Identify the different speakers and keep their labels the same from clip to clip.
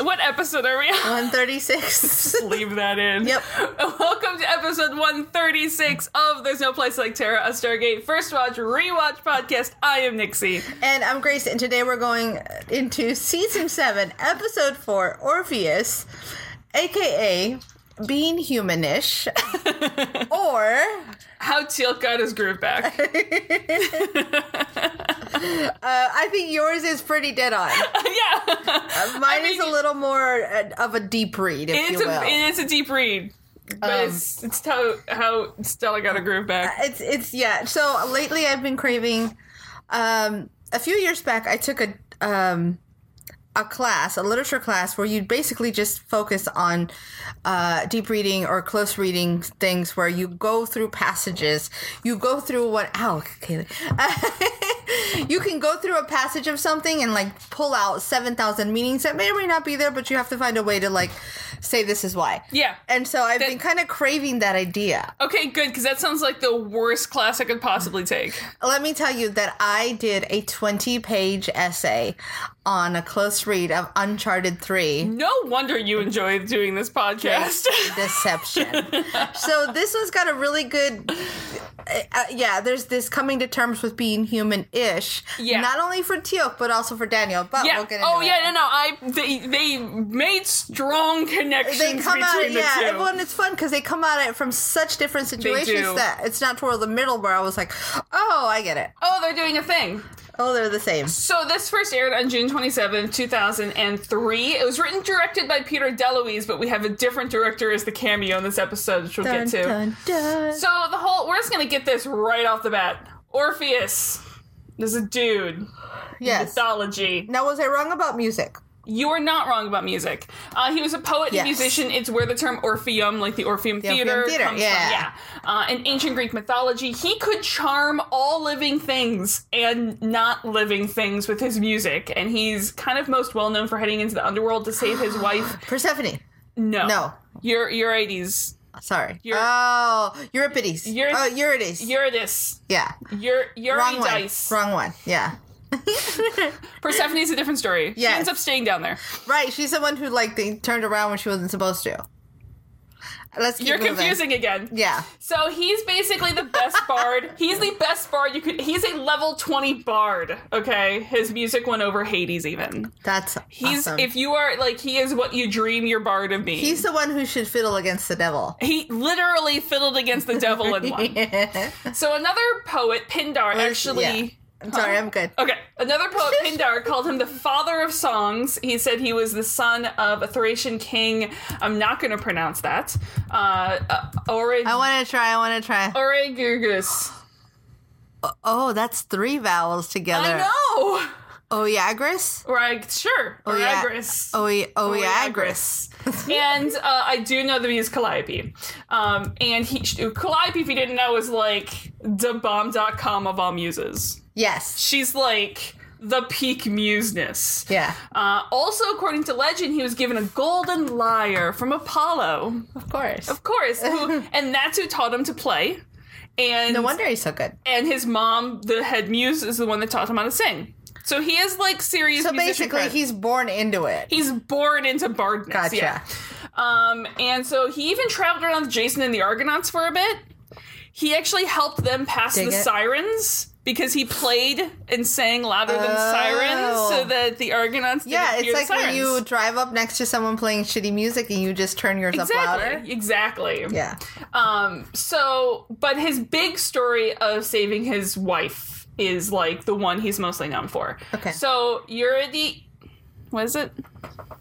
Speaker 1: What episode are we on?
Speaker 2: 136.
Speaker 1: Leave that in.
Speaker 2: Yep.
Speaker 1: Welcome to episode 136 of There's No Place Like Terra, a Stargate First Watch Rewatch podcast. I am Nixie.
Speaker 2: and I'm Grace, and today we're going into season 7, episode 4, Orpheus, aka being humanish, or
Speaker 1: How Teal got his groove back.
Speaker 2: uh, I think yours is pretty dead on.
Speaker 1: yeah.
Speaker 2: Mine is a little more uh, of a deep read, if
Speaker 1: It's
Speaker 2: you
Speaker 1: a,
Speaker 2: will. Um,
Speaker 1: it's a deep read. But it's, it's how, how Stella got her groove back.
Speaker 2: it's it's yeah. So lately, I've been craving. Um, a few years back, I took a um, a class, a literature class, where you basically just focus on uh, deep reading or close reading things, where you go through passages. You go through what? Ow, Kaylee. you can go through a passage of something and like pull out seven thousand meanings that may or may not be there, but you have to find a way to like say this is why.
Speaker 1: Yeah.
Speaker 2: And so I've
Speaker 1: That-
Speaker 2: been kind of craving that idea.
Speaker 1: Okay, good, because that sounds like the worst class I could possibly take.
Speaker 2: Let me tell you that I did a 20 page essay on a close read of Uncharted 3
Speaker 1: No wonder you enjoy doing this podcast.
Speaker 2: Deception. so this one's got a really good. Uh, yeah, there's this coming to terms with being human ish.
Speaker 1: Yeah.
Speaker 2: Not only for Teal, but also for Daniel. But
Speaker 1: Yeah.
Speaker 2: we'll get into
Speaker 1: oh yeah. No,
Speaker 2: it.
Speaker 1: no. I they they made strong connections
Speaker 2: They come
Speaker 1: between
Speaker 2: at it,
Speaker 1: the
Speaker 2: yeah.
Speaker 1: two.
Speaker 2: and- Well, and it's fun because they come at it from such different
Speaker 1: do.
Speaker 2: situations that it's not toward the middle where I was like, oh, I get it.
Speaker 1: oh, they're doing a thing.
Speaker 2: Oh, they're the same.
Speaker 1: So this first aired on June 27, 2003. It was written and directed by Peter DeLuise, but we have a different director as the cameo in this episode, which we'll get to.
Speaker 2: Dun, dun.
Speaker 1: So the whole we're just gonna get this right off the bat. Orpheus is a dude.
Speaker 2: yes.
Speaker 1: Mythology.
Speaker 2: Now, was I wrong about music?
Speaker 1: You are not wrong about music. Uh, he was a poet
Speaker 2: Yes.
Speaker 1: and musician. It's where the term Orpheum, like the Orpheum
Speaker 2: Orpheum
Speaker 1: Theater,
Speaker 2: Theater,
Speaker 1: comes
Speaker 2: yeah.
Speaker 1: from. Yeah. Uh, in ancient Greek mythology, he could charm all living things and not living things with his music. And he's kind of most well known for heading into the underworld to save his wife.
Speaker 2: Persephone.
Speaker 1: No.
Speaker 2: No.
Speaker 1: Your Eurydices.
Speaker 2: Sorry.
Speaker 1: Eur-
Speaker 2: oh, Euripides.
Speaker 1: Eur-
Speaker 2: oh, Eurydice.
Speaker 1: Eurydice.
Speaker 2: yeah.
Speaker 1: Your
Speaker 2: Wrong one.
Speaker 1: Eurydice.
Speaker 2: Wrong one. Yeah.
Speaker 1: Persephone's a different story. She
Speaker 2: Yes.
Speaker 1: ends up staying down there.
Speaker 2: Right. She's the one who like they turned around when she wasn't supposed to. Let's keep
Speaker 1: You're
Speaker 2: moving.
Speaker 1: confusing again.
Speaker 2: Yeah.
Speaker 1: So he's basically the best bard. He's the best bard you could. He's a level twenty bard. Okay, his music went over Hades even.
Speaker 2: That's
Speaker 1: He's
Speaker 2: awesome.
Speaker 1: if you are like he is what you dream your bard of being.
Speaker 2: He's the one who should fiddle against the devil.
Speaker 1: he literally fiddled against the devil in one. So another poet, Pindar, actually.
Speaker 2: I'm sorry, I'm good.
Speaker 1: Okay, another poet, Pindar, called him the father of songs. He said he was the son of a Thracian king. I'm not going to pronounce that. Uh, uh, Orig-
Speaker 2: I want to try. I want to try.
Speaker 1: Origugus.
Speaker 2: Oh, that's three vowels together.
Speaker 1: I know.
Speaker 2: Oeagris.
Speaker 1: Right, sure. Or
Speaker 2: Oh, yeah. oh,
Speaker 1: Agris.
Speaker 2: Oe- Oeagris.
Speaker 1: Oeagris. and uh, I do know that he's Calliope. Um, and he, Calliope, if you didn't know, is like the bomb.com of all muses.
Speaker 2: Yes.
Speaker 1: She's like the peak museness.
Speaker 2: Yeah.
Speaker 1: Uh, also, according to legend, he was given a golden lyre from Apollo,
Speaker 2: Of course.
Speaker 1: of course, who, and that's who taught him to play. And
Speaker 2: No wonder he's so good.
Speaker 1: and his mom, the head muse, is the one that taught him how to sing. So he is like serious.
Speaker 2: So
Speaker 1: musician
Speaker 2: basically,
Speaker 1: cred.
Speaker 2: he's born into it.
Speaker 1: he's born into bardness.
Speaker 2: Gotcha.
Speaker 1: Yeah. Um, and so he even traveled around with Jason and the Argonauts for a bit. He actually helped them pass
Speaker 2: Dig
Speaker 1: the
Speaker 2: it.
Speaker 1: sirens because he played and sang louder than
Speaker 2: Oh.
Speaker 1: sirens, so that the Argonauts didn't
Speaker 2: Yeah,
Speaker 1: hear
Speaker 2: it's
Speaker 1: the
Speaker 2: like when
Speaker 1: sirens.
Speaker 2: you drive up next to someone playing shitty music and you just turn yours up louder.
Speaker 1: exactly exactly.
Speaker 2: Yeah.
Speaker 1: Um, so, but his big story of saving his wife is like the one he's mostly known for.
Speaker 2: Okay.
Speaker 1: So Eurydice, what is it?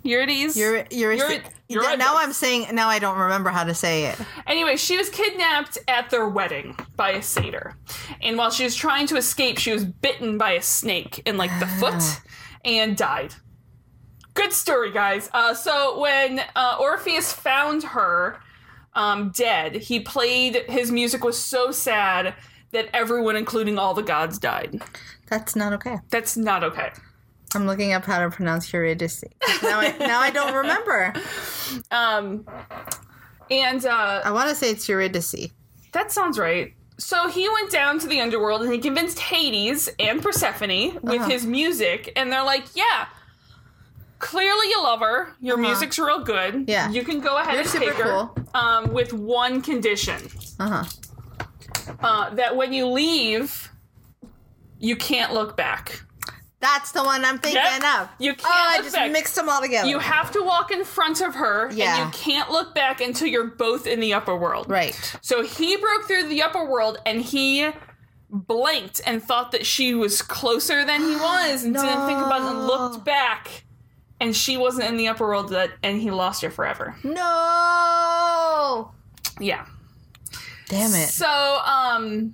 Speaker 1: Eurydice.
Speaker 2: You're you're,
Speaker 1: You're- you're
Speaker 2: Yeah,
Speaker 1: right,
Speaker 2: now
Speaker 1: but-
Speaker 2: I'm saying now I don't remember how to say it.
Speaker 1: Anyway, she was kidnapped at their wedding by a satyr. And while she was trying to escape, she was bitten by a snake in like the foot and died. Good story, guys. Uh, so when uh, Orpheus found her, um, dead. He played his music was so sad that everyone, including all the gods, died.
Speaker 2: That's not okay.
Speaker 1: That's not okay.
Speaker 2: I'm looking up how to pronounce Eurydice. Now I, now I don't remember.
Speaker 1: Um, and uh,
Speaker 2: I want to say it's Eurydice.
Speaker 1: That sounds right. So he went down to the underworld and he convinced Hades and Persephone with
Speaker 2: Uh-huh.
Speaker 1: his music, and they're like, yeah. Clearly, you love her. Your
Speaker 2: Uh-huh.
Speaker 1: music's real good.
Speaker 2: Yeah.
Speaker 1: you can go ahead
Speaker 2: You're
Speaker 1: and
Speaker 2: super
Speaker 1: take her um, with one condition:
Speaker 2: Uh huh.
Speaker 1: uh, that when you leave, you can't look back.
Speaker 2: That's the one I'm thinking
Speaker 1: Yep.
Speaker 2: of.
Speaker 1: You can't
Speaker 2: Oh, I
Speaker 1: look
Speaker 2: just
Speaker 1: back.
Speaker 2: mixed them all together.
Speaker 1: You have to walk in front of her,
Speaker 2: Yeah.
Speaker 1: and you can't look back until you're both in the upper world.
Speaker 2: right.
Speaker 1: So he broke through the upper world and he blinked and thought that she was closer than he was and didn't think about it and looked back and she wasn't in the upper world that and he lost her forever.
Speaker 2: No.
Speaker 1: Yeah.
Speaker 2: Damn it.
Speaker 1: So um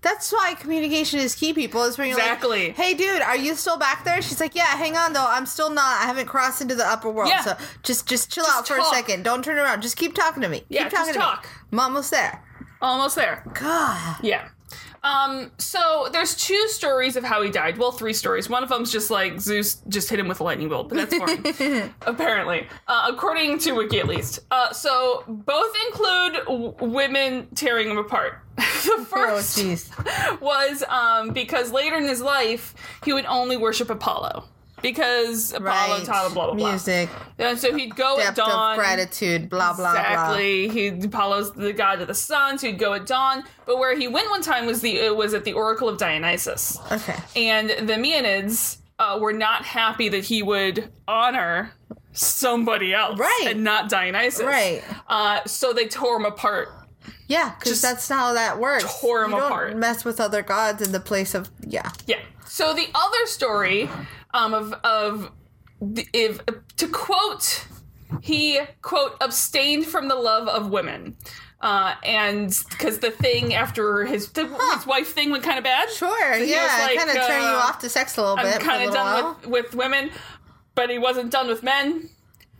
Speaker 2: That's why communication is key, people. Is when you're
Speaker 1: Exactly.
Speaker 2: like, hey, dude, are you still back there? She's like, yeah, hang on, though. I'm still not. I haven't crossed into the upper world.
Speaker 1: Yeah.
Speaker 2: So just just chill out for
Speaker 1: talk.
Speaker 2: a second. Don't turn around. Just keep talking to me.
Speaker 1: Yeah,
Speaker 2: keep talking
Speaker 1: just
Speaker 2: to
Speaker 1: talk.
Speaker 2: me. I'm almost there.
Speaker 1: almost there.
Speaker 2: God.
Speaker 1: Yeah. Um, so there's two stories of how he died. Well, three stories. One of them's just like Zeus just hit him with a lightning bolt, but that's boring, apparently, uh, according to Wiki at least. Uh, so both include w- women tearing him apart. the
Speaker 2: Oh,
Speaker 1: first
Speaker 2: jeez.
Speaker 1: was um, because later in his life he would only worship Apollo because Apollo
Speaker 2: Right.
Speaker 1: taught him blah blah blah.
Speaker 2: Music.
Speaker 1: And so he'd go at
Speaker 2: Depth
Speaker 1: dawn.
Speaker 2: of gratitude. Blah blah
Speaker 1: Exactly. He Apollo's the god of the sun, so he'd go at dawn. But where he went one time was the it was at the Oracle of Dionysus,
Speaker 2: blah. Okay.
Speaker 1: and the Maeonids uh, were not happy that he would honor somebody else,
Speaker 2: Right.
Speaker 1: and not Dionysus,
Speaker 2: Right.
Speaker 1: Uh, so they tore him apart.
Speaker 2: Yeah, because that's how that works.
Speaker 1: tore 'em
Speaker 2: You don't
Speaker 1: apart.
Speaker 2: Mess with other gods in the place of yeah.
Speaker 1: Yeah. So the other story um, of of the, if to quote, he quote abstained from the love of women. Uh, and because the thing after his the, his wife thing went kind of bad.
Speaker 2: Sure.
Speaker 1: he
Speaker 2: yeah,
Speaker 1: was
Speaker 2: it kind of
Speaker 1: like,
Speaker 2: turn you
Speaker 1: uh,
Speaker 2: off to sex a little bit.
Speaker 1: I'm
Speaker 2: kind of
Speaker 1: done
Speaker 2: while.
Speaker 1: with with women, but he wasn't done with men.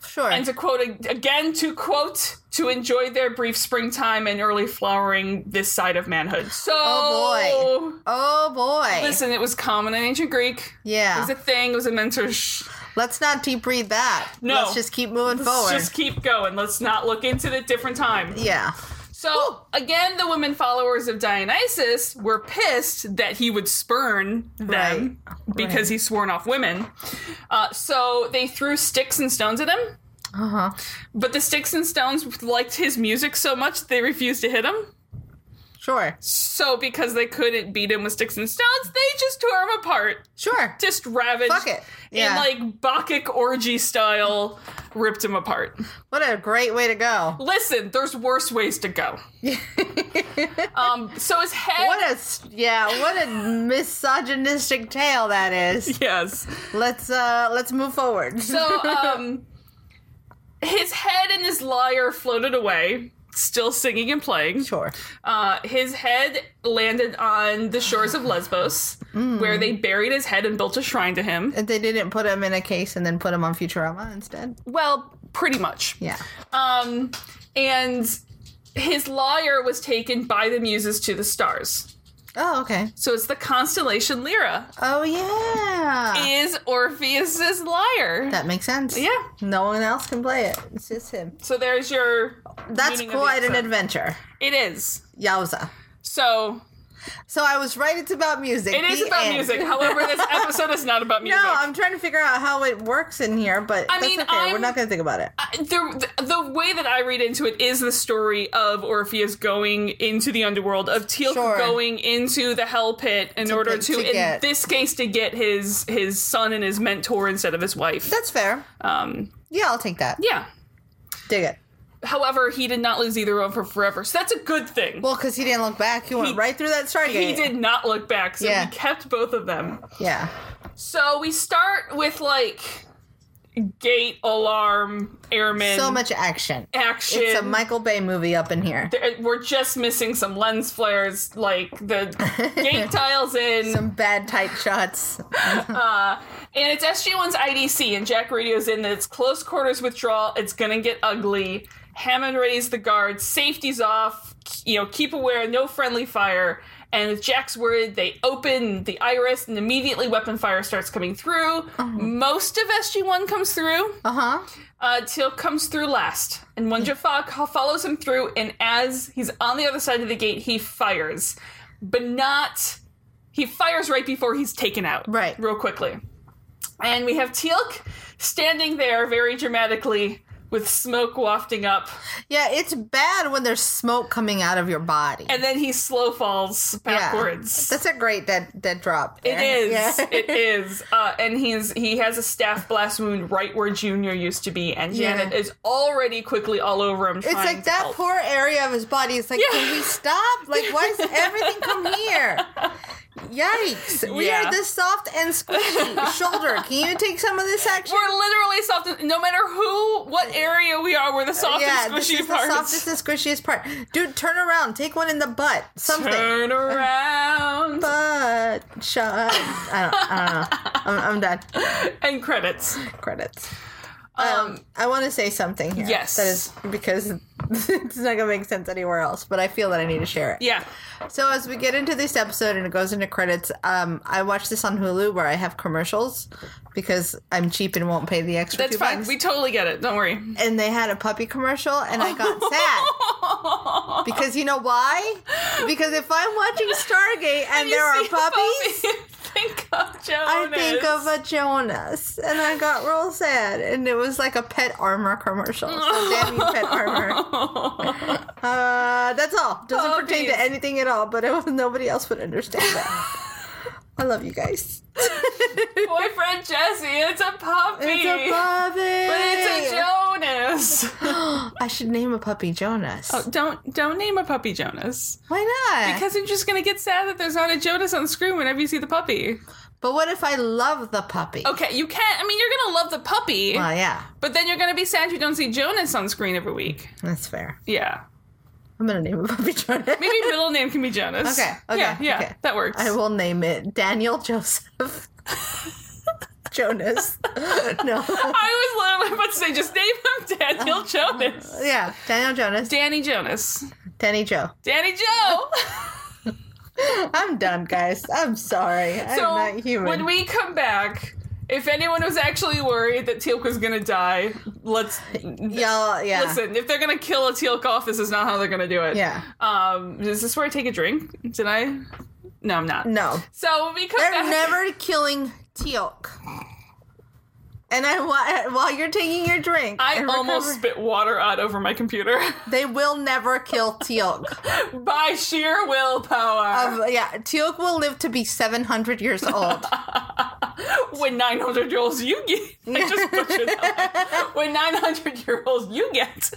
Speaker 2: Sure.
Speaker 1: And to quote ag- again, to quote, to enjoy their brief springtime and early flowering this side of manhood. So,
Speaker 2: Oh, oh boy.
Speaker 1: listen, it was common in ancient Greek. It
Speaker 2: yeah.
Speaker 1: was a thing. It was a mentorship.
Speaker 2: Let's not deep read that.
Speaker 1: No.
Speaker 2: Let's just keep moving
Speaker 1: Let's
Speaker 2: forward.
Speaker 1: just keep going. Let's not look into the different time.
Speaker 2: yeah.
Speaker 1: So again, the women followers of Dionysus were pissed that he would spurn them because
Speaker 2: Right.
Speaker 1: he's sworn off women. Uh, so they threw sticks and stones at him.
Speaker 2: Uh huh.
Speaker 1: But the sticks and stones liked his music so much they refused to hit him.
Speaker 2: Sure.
Speaker 1: So because they couldn't beat him with sticks and stones, they just tore him apart,
Speaker 2: Sure.
Speaker 1: just ravaged,
Speaker 2: Fuck it. Yeah.
Speaker 1: in like Bacchic orgy style, ripped him apart.
Speaker 2: what a great way to go.
Speaker 1: Listen, there's worse ways to go. um, so his head.
Speaker 2: What a s- yeah. What a misogynistic tale that is.
Speaker 1: yes.
Speaker 2: Let's uh let's move forward.
Speaker 1: So um, his head and his lyre floated away, still singing and playing.
Speaker 2: sure.
Speaker 1: Uh, his head landed on the shores of Lesbos,
Speaker 2: Mm.
Speaker 1: where they buried his head and built a shrine to him.
Speaker 2: If they didn't put him in a case and then put him on Futurama instead.
Speaker 1: Well, pretty much.
Speaker 2: Yeah.
Speaker 1: Um, and his lyre was taken by the muses to the stars.
Speaker 2: Oh okay.
Speaker 1: So it's the constellation Lyra
Speaker 2: Oh yeah.
Speaker 1: is Orpheus's lyre.
Speaker 2: that makes sense.
Speaker 1: yeah.
Speaker 2: No one else can play it. It's just him.
Speaker 1: So there's your.
Speaker 2: That's
Speaker 1: meaning of the
Speaker 2: quite an
Speaker 1: episode.
Speaker 2: adventure.
Speaker 1: It is.
Speaker 2: Yowza.
Speaker 1: So
Speaker 2: So I was right. It's about music.
Speaker 1: it is
Speaker 2: The
Speaker 1: about
Speaker 2: end.
Speaker 1: music. However, this episode is not about music.
Speaker 2: No, I'm trying to figure out how it works in here, but
Speaker 1: I
Speaker 2: that's
Speaker 1: mean,
Speaker 2: okay. We're
Speaker 1: I'm-
Speaker 2: not going to think about it.
Speaker 1: I- Uh, the, the way that I read into it is the story of Orpheus going into the underworld, of Teal
Speaker 2: Sure.
Speaker 1: going into the hell pit in order
Speaker 2: get-
Speaker 1: to,
Speaker 2: to
Speaker 1: in
Speaker 2: get-
Speaker 1: this case, to get his his son and his mentor instead of his wife.
Speaker 2: That's fair.
Speaker 1: Um,
Speaker 2: Yeah, I'll take that.
Speaker 1: yeah.
Speaker 2: Dig it.
Speaker 1: However, he did not lose either of her forever, so that's a good thing.
Speaker 2: Well, because he didn't look back. He went
Speaker 1: He-
Speaker 2: right through that stargate.
Speaker 1: he did not look back, so
Speaker 2: Yeah.
Speaker 1: he kept both of them.
Speaker 2: Yeah.
Speaker 1: So we start with like gate alarm airman
Speaker 2: So much action.
Speaker 1: action.
Speaker 2: It's a Michael Bay movie up in here.
Speaker 1: There- We're just missing some lens flares, like the gate tiles in,
Speaker 2: Some bad tight shots.
Speaker 1: and it's SG One's IDC, and Jack Radio's in. That it's close quarters withdrawal. It's gonna get ugly. Hammond raised the guard, safety's off, you know, keep aware, no friendly fire. And with Jack's word, they open the iris, and immediately weapon fire starts coming through.
Speaker 2: Oh.
Speaker 1: Most of SG1 comes through.
Speaker 2: Uh huh.
Speaker 1: Uh, Till comes through last, and when Jafar co- follows him through, and as he's on the other side of the gate, he fires, but not. He fires right before he's taken out,
Speaker 2: Right.
Speaker 1: real quickly. And we have Teal'c standing there very dramatically with smoke wafting up,
Speaker 2: Yeah, it's bad when there's smoke coming out of your body.
Speaker 1: and then he slow falls
Speaker 2: Yeah.
Speaker 1: backwards.
Speaker 2: That's a great dead dead drop.
Speaker 1: It
Speaker 2: there.
Speaker 1: is.
Speaker 2: Yeah.
Speaker 1: It is. Uh, and he's he has a staff blast wound right where Junior used to be, and
Speaker 2: Yeah.
Speaker 1: Janet is already quickly all over him.
Speaker 2: It's like that poor area of his body. It's like,
Speaker 1: Yeah.
Speaker 2: can we stop? Like, why does everything come here? Yikes! We
Speaker 1: Yeah.
Speaker 2: are this soft and squishy shoulder. Can you take some of this action?
Speaker 1: We're literally soft. No matter who, what area we are, we're the softest,
Speaker 2: yeah, this
Speaker 1: squishy
Speaker 2: is
Speaker 1: parts.
Speaker 2: the softest and squishiest part. Dude, turn around. Take one in the butt. Something.
Speaker 1: Turn around
Speaker 2: Butt shot. I don't. I don't know. I'm, I'm done.
Speaker 1: and credits.
Speaker 2: Credits.
Speaker 1: Um,
Speaker 2: I want to say something here.
Speaker 1: Yes.
Speaker 2: That is because it's not gonna make sense anywhere else. But I feel that I need to share it.
Speaker 1: yeah,
Speaker 2: So as we get into this episode and it goes into credits, um, I watch this on Hulu where I have commercials because I'm cheap and won't pay the extra.
Speaker 1: that's
Speaker 2: two
Speaker 1: fine.
Speaker 2: bucks.
Speaker 1: We totally get it. Don't worry.
Speaker 2: and they had a puppy commercial, and I got sad because you know why? Because if I'm watching Stargate and,
Speaker 1: You
Speaker 2: there are
Speaker 1: see a
Speaker 2: puppies,
Speaker 1: puppy, think of Jonas.
Speaker 2: I think of a Jonas, and I got real sad. And it was like a pet armor commercial. So damn you, pet armor. Uh, that's all. Doesn't pertain to
Speaker 1: Puppies.
Speaker 2: anything at all. But it was, nobody else would understand that. I love you guys.
Speaker 1: boyfriend Jesse. It's a puppy.
Speaker 2: It's a puppy.
Speaker 1: But it's a Jonas. Oh,
Speaker 2: I should name a puppy Jonas.
Speaker 1: don't don't name a puppy Jonas
Speaker 2: Why not?
Speaker 1: because you're just gonna get sad that there's not a Jonas on screen whenever you see the puppy.
Speaker 2: but what if I love the puppy?
Speaker 1: Okay, you can't. I mean, you're gonna love the puppy,
Speaker 2: Well, yeah,
Speaker 1: but then you're gonna be sad you don't see Jonas on screen every week.
Speaker 2: that's fair.
Speaker 1: Yeah,
Speaker 2: I'm gonna name a puppy Jonas.
Speaker 1: maybe middle name can be Jonas.
Speaker 2: Okay, okay,
Speaker 1: yeah, yeah,
Speaker 2: okay.
Speaker 1: that works.
Speaker 2: I will name it Daniel Joseph Jonas. no.
Speaker 1: I was literally about to say just name him Daniel Jonas,
Speaker 2: Yeah, Daniel Jonas,
Speaker 1: Danny Jonas,
Speaker 2: Danny Joe.
Speaker 1: Danny Joe.
Speaker 2: I'm done, guys. I'm sorry.
Speaker 1: so
Speaker 2: I'm not human.
Speaker 1: when we come back. If anyone was actually worried that Teal'c was gonna die, let's
Speaker 2: Y'all, yeah,
Speaker 1: Listen, if they're gonna kill a teal off, this is not how they're gonna do it.
Speaker 2: yeah.
Speaker 1: Um, is this where I take a drink? Did I? No, I'm not.
Speaker 2: No,
Speaker 1: So when we come
Speaker 2: they're
Speaker 1: back,
Speaker 2: never killing Teal'c. And I wa- while you're taking your drink,
Speaker 1: I
Speaker 2: and
Speaker 1: almost
Speaker 2: recover-
Speaker 1: spit water out over my computer
Speaker 2: they will never kill Teal'c.
Speaker 1: by sheer willpower.
Speaker 2: Of- yeah, Teal'c will live to be 700 years old.
Speaker 1: when 900 year olds you get, I just butchered that. When 900 year olds you get,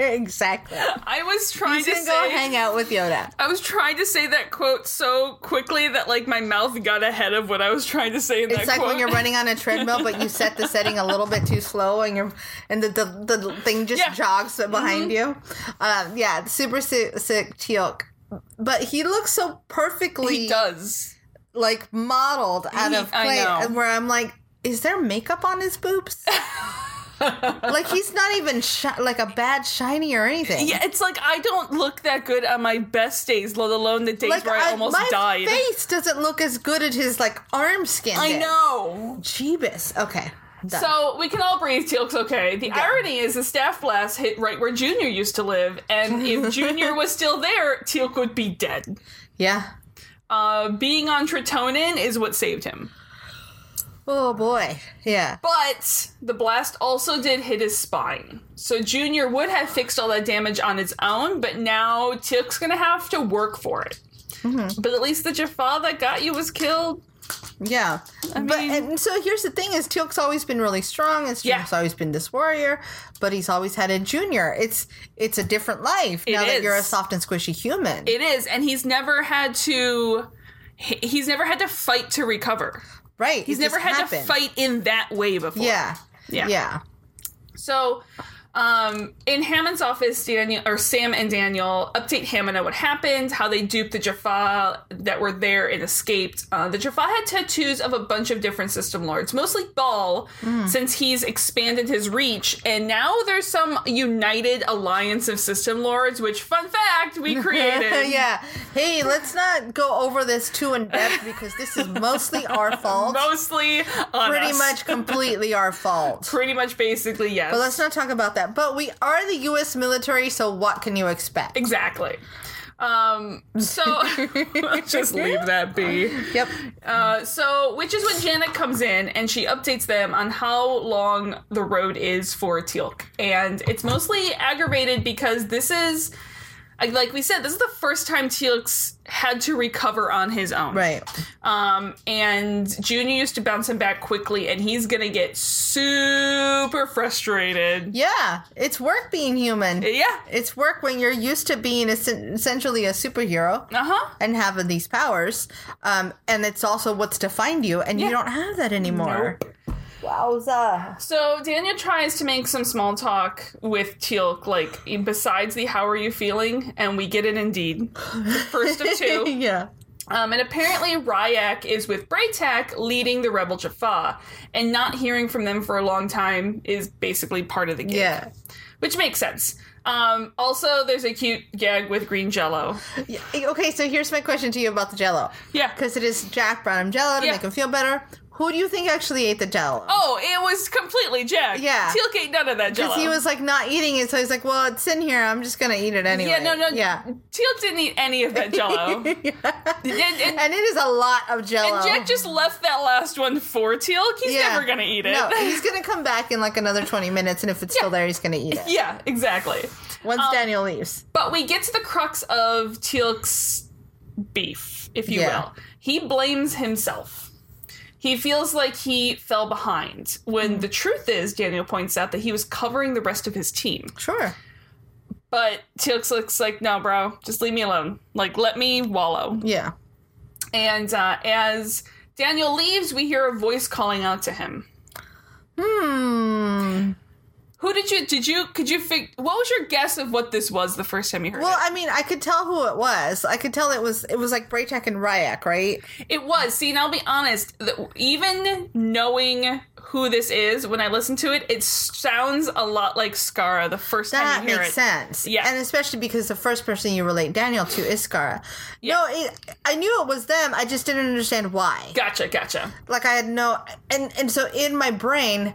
Speaker 2: exactly.
Speaker 1: I was trying
Speaker 2: He's
Speaker 1: to
Speaker 2: gonna
Speaker 1: say.
Speaker 2: go hang out with Yoda.
Speaker 1: I was trying to say that quote so quickly that like my mouth got ahead of what I was trying to say in that
Speaker 2: It's like
Speaker 1: quote.
Speaker 2: when you're running on a treadmill, but you set the setting a little bit too slow, and you're and the the, the thing just
Speaker 1: Yeah. Mm-hmm.
Speaker 2: jogs behind you. Um, yeah, super sick, sick Teal'c. But he looks so perfectly
Speaker 1: he does.
Speaker 2: like modeled out
Speaker 1: He-
Speaker 2: of
Speaker 1: I
Speaker 2: clay,
Speaker 1: know.
Speaker 2: and where I'm like, is there makeup on his boobs? like he's not even shi- like a bad shiny or anything.
Speaker 1: Yeah, it's like I don't look that good on my best days, let alone the days
Speaker 2: Like
Speaker 1: where I,
Speaker 2: I-
Speaker 1: almost
Speaker 2: my
Speaker 1: died.
Speaker 2: face doesn't look as good as his like arm skin.
Speaker 1: I
Speaker 2: did.
Speaker 1: know.
Speaker 2: Jeebus. Okay. Done.
Speaker 1: So we can all breathe. Teal's okay. The irony is the staff blast hit right where Junior used to live, and if Junior was still there, Teal would be dead.
Speaker 2: yeah.
Speaker 1: Uh, being on Tritonin is what saved him.
Speaker 2: Oh boy. Yeah.
Speaker 1: But the blast also did hit his spine. So Junior would have fixed all that damage on his own, but now Teal's gonna have to work for it. But at least the Jaffa that got you was killed.
Speaker 2: Yeah. but
Speaker 1: mean-
Speaker 2: and so here's the thing is Teal'c's always been really strong and
Speaker 1: Yeah.
Speaker 2: Teal'c's always been this warrior, but he's always had a junior. It's it's a different life now that
Speaker 1: is.
Speaker 2: you're a soft and squishy human.
Speaker 1: It is, and he's never had to. he- He's never had to fight to recover.
Speaker 2: right.
Speaker 1: He's never had to fight in that way before.
Speaker 2: Yeah.
Speaker 1: yeah.
Speaker 2: Yeah.
Speaker 1: So, Um, in Hammond's office, Daniel or Sam and Daniel update Hammond on what happened, how they duped the Jaffa that were there and escaped. Uh, the Jaffa had tattoos of a bunch of different system lords, mostly Ball,
Speaker 2: Hmm.
Speaker 1: since he's expanded his reach, and now there's some united alliance of system lords. Which, fun fact, we created.
Speaker 2: yeah. Hey, let's not go over this too in depth because this is mostly our fault.
Speaker 1: mostly on
Speaker 2: Pretty
Speaker 1: us.
Speaker 2: much completely our fault.
Speaker 1: pretty much, basically, yes.
Speaker 2: But let's not talk about that. But we are the U.S. military, so what can you expect?
Speaker 1: Exactly. Um, so let's just leave that be.
Speaker 2: Yep.
Speaker 1: Uh, so, which is when Janet comes in and she updates them on how long the road is for Teal'c, and it's mostly aggravated because this is, like- like we said, this is the first time Teal'c's had to recover on his own.
Speaker 2: Right.
Speaker 1: Um, and Junior used to bounce him back quickly, and he's gonna get super frustrated.
Speaker 2: Yeah. It's work being human.
Speaker 1: Yeah.
Speaker 2: it's work when you're used to being essen- essentially a superhero
Speaker 1: Uh huh.
Speaker 2: and having these powers, um, and it's also what's defined you, and
Speaker 1: Yeah.
Speaker 2: you don't have that anymore. Wowza!
Speaker 1: So Daniel tries to make some small talk with Teal'c, like besides the "How are you feeling?" and we get it indeed, first of two.
Speaker 2: yeah,
Speaker 1: Um, and apparently Ryak is with Braytak leading the rebel Jaffa, and not hearing from them for a long time is basically part of the gig,
Speaker 2: yeah.
Speaker 1: which makes sense. Um, also, there's a cute gag with green Jello.
Speaker 2: Yeah, Okay, so here's my question to you about the Jello,
Speaker 1: Yeah.
Speaker 2: because it is Jack Brown and Jello to
Speaker 1: Yeah.
Speaker 2: make him feel better. Who do you think actually ate the Jello?
Speaker 1: Oh, it was completely Jack.
Speaker 2: Yeah.
Speaker 1: Teal'c ate none of that Jello.
Speaker 2: Because he was like not eating it, so he's like, "Well, it's in here. I'm just gonna eat it anyway."
Speaker 1: yeah, no, no.
Speaker 2: yeah.
Speaker 1: Teal'c didn't eat any of that Jello. And- and-
Speaker 2: And it is a lot of Jello.
Speaker 1: And Jack just left that last one for Teal'c. He's never gonna eat it.
Speaker 2: No, he's gonna come back in like another twenty minutes, and if it's still there, he's gonna eat it
Speaker 1: yeah, um, exactly.
Speaker 2: once Daniel leaves.
Speaker 1: But we get to the crux of Teal'c's beef, if you
Speaker 2: Yeah.
Speaker 1: will. He blames himself. He feels like he fell behind
Speaker 2: Mm.
Speaker 1: when the truth is, Daniel points out, that he was covering the rest of his team.
Speaker 2: Sure.
Speaker 1: But Teal'c looks like, no, bro, just leave me alone. Like, let me wallow.
Speaker 2: Yeah.
Speaker 1: And uh, as Daniel leaves, we hear a voice calling out to him.
Speaker 2: Hmm.
Speaker 1: Who did you did you could you fig- what was your guess of what this was the first time you heard
Speaker 2: Well, I mean, I could tell who it was. I could tell it was it was like Braytek and Ryak, right?
Speaker 1: it? It was. See, and I'll be honest, the, even knowing who this is, when I listen to it, it sounds a lot like Skara the first
Speaker 2: That
Speaker 1: time you hear
Speaker 2: makes
Speaker 1: it.
Speaker 2: sense.
Speaker 1: Yeah.
Speaker 2: And especially because the first person you relate Daniel to is Skara.
Speaker 1: Yeah.
Speaker 2: No, it, I knew it was them. I just didn't understand why.
Speaker 1: Gotcha, gotcha.
Speaker 2: like I had no and and so in my brain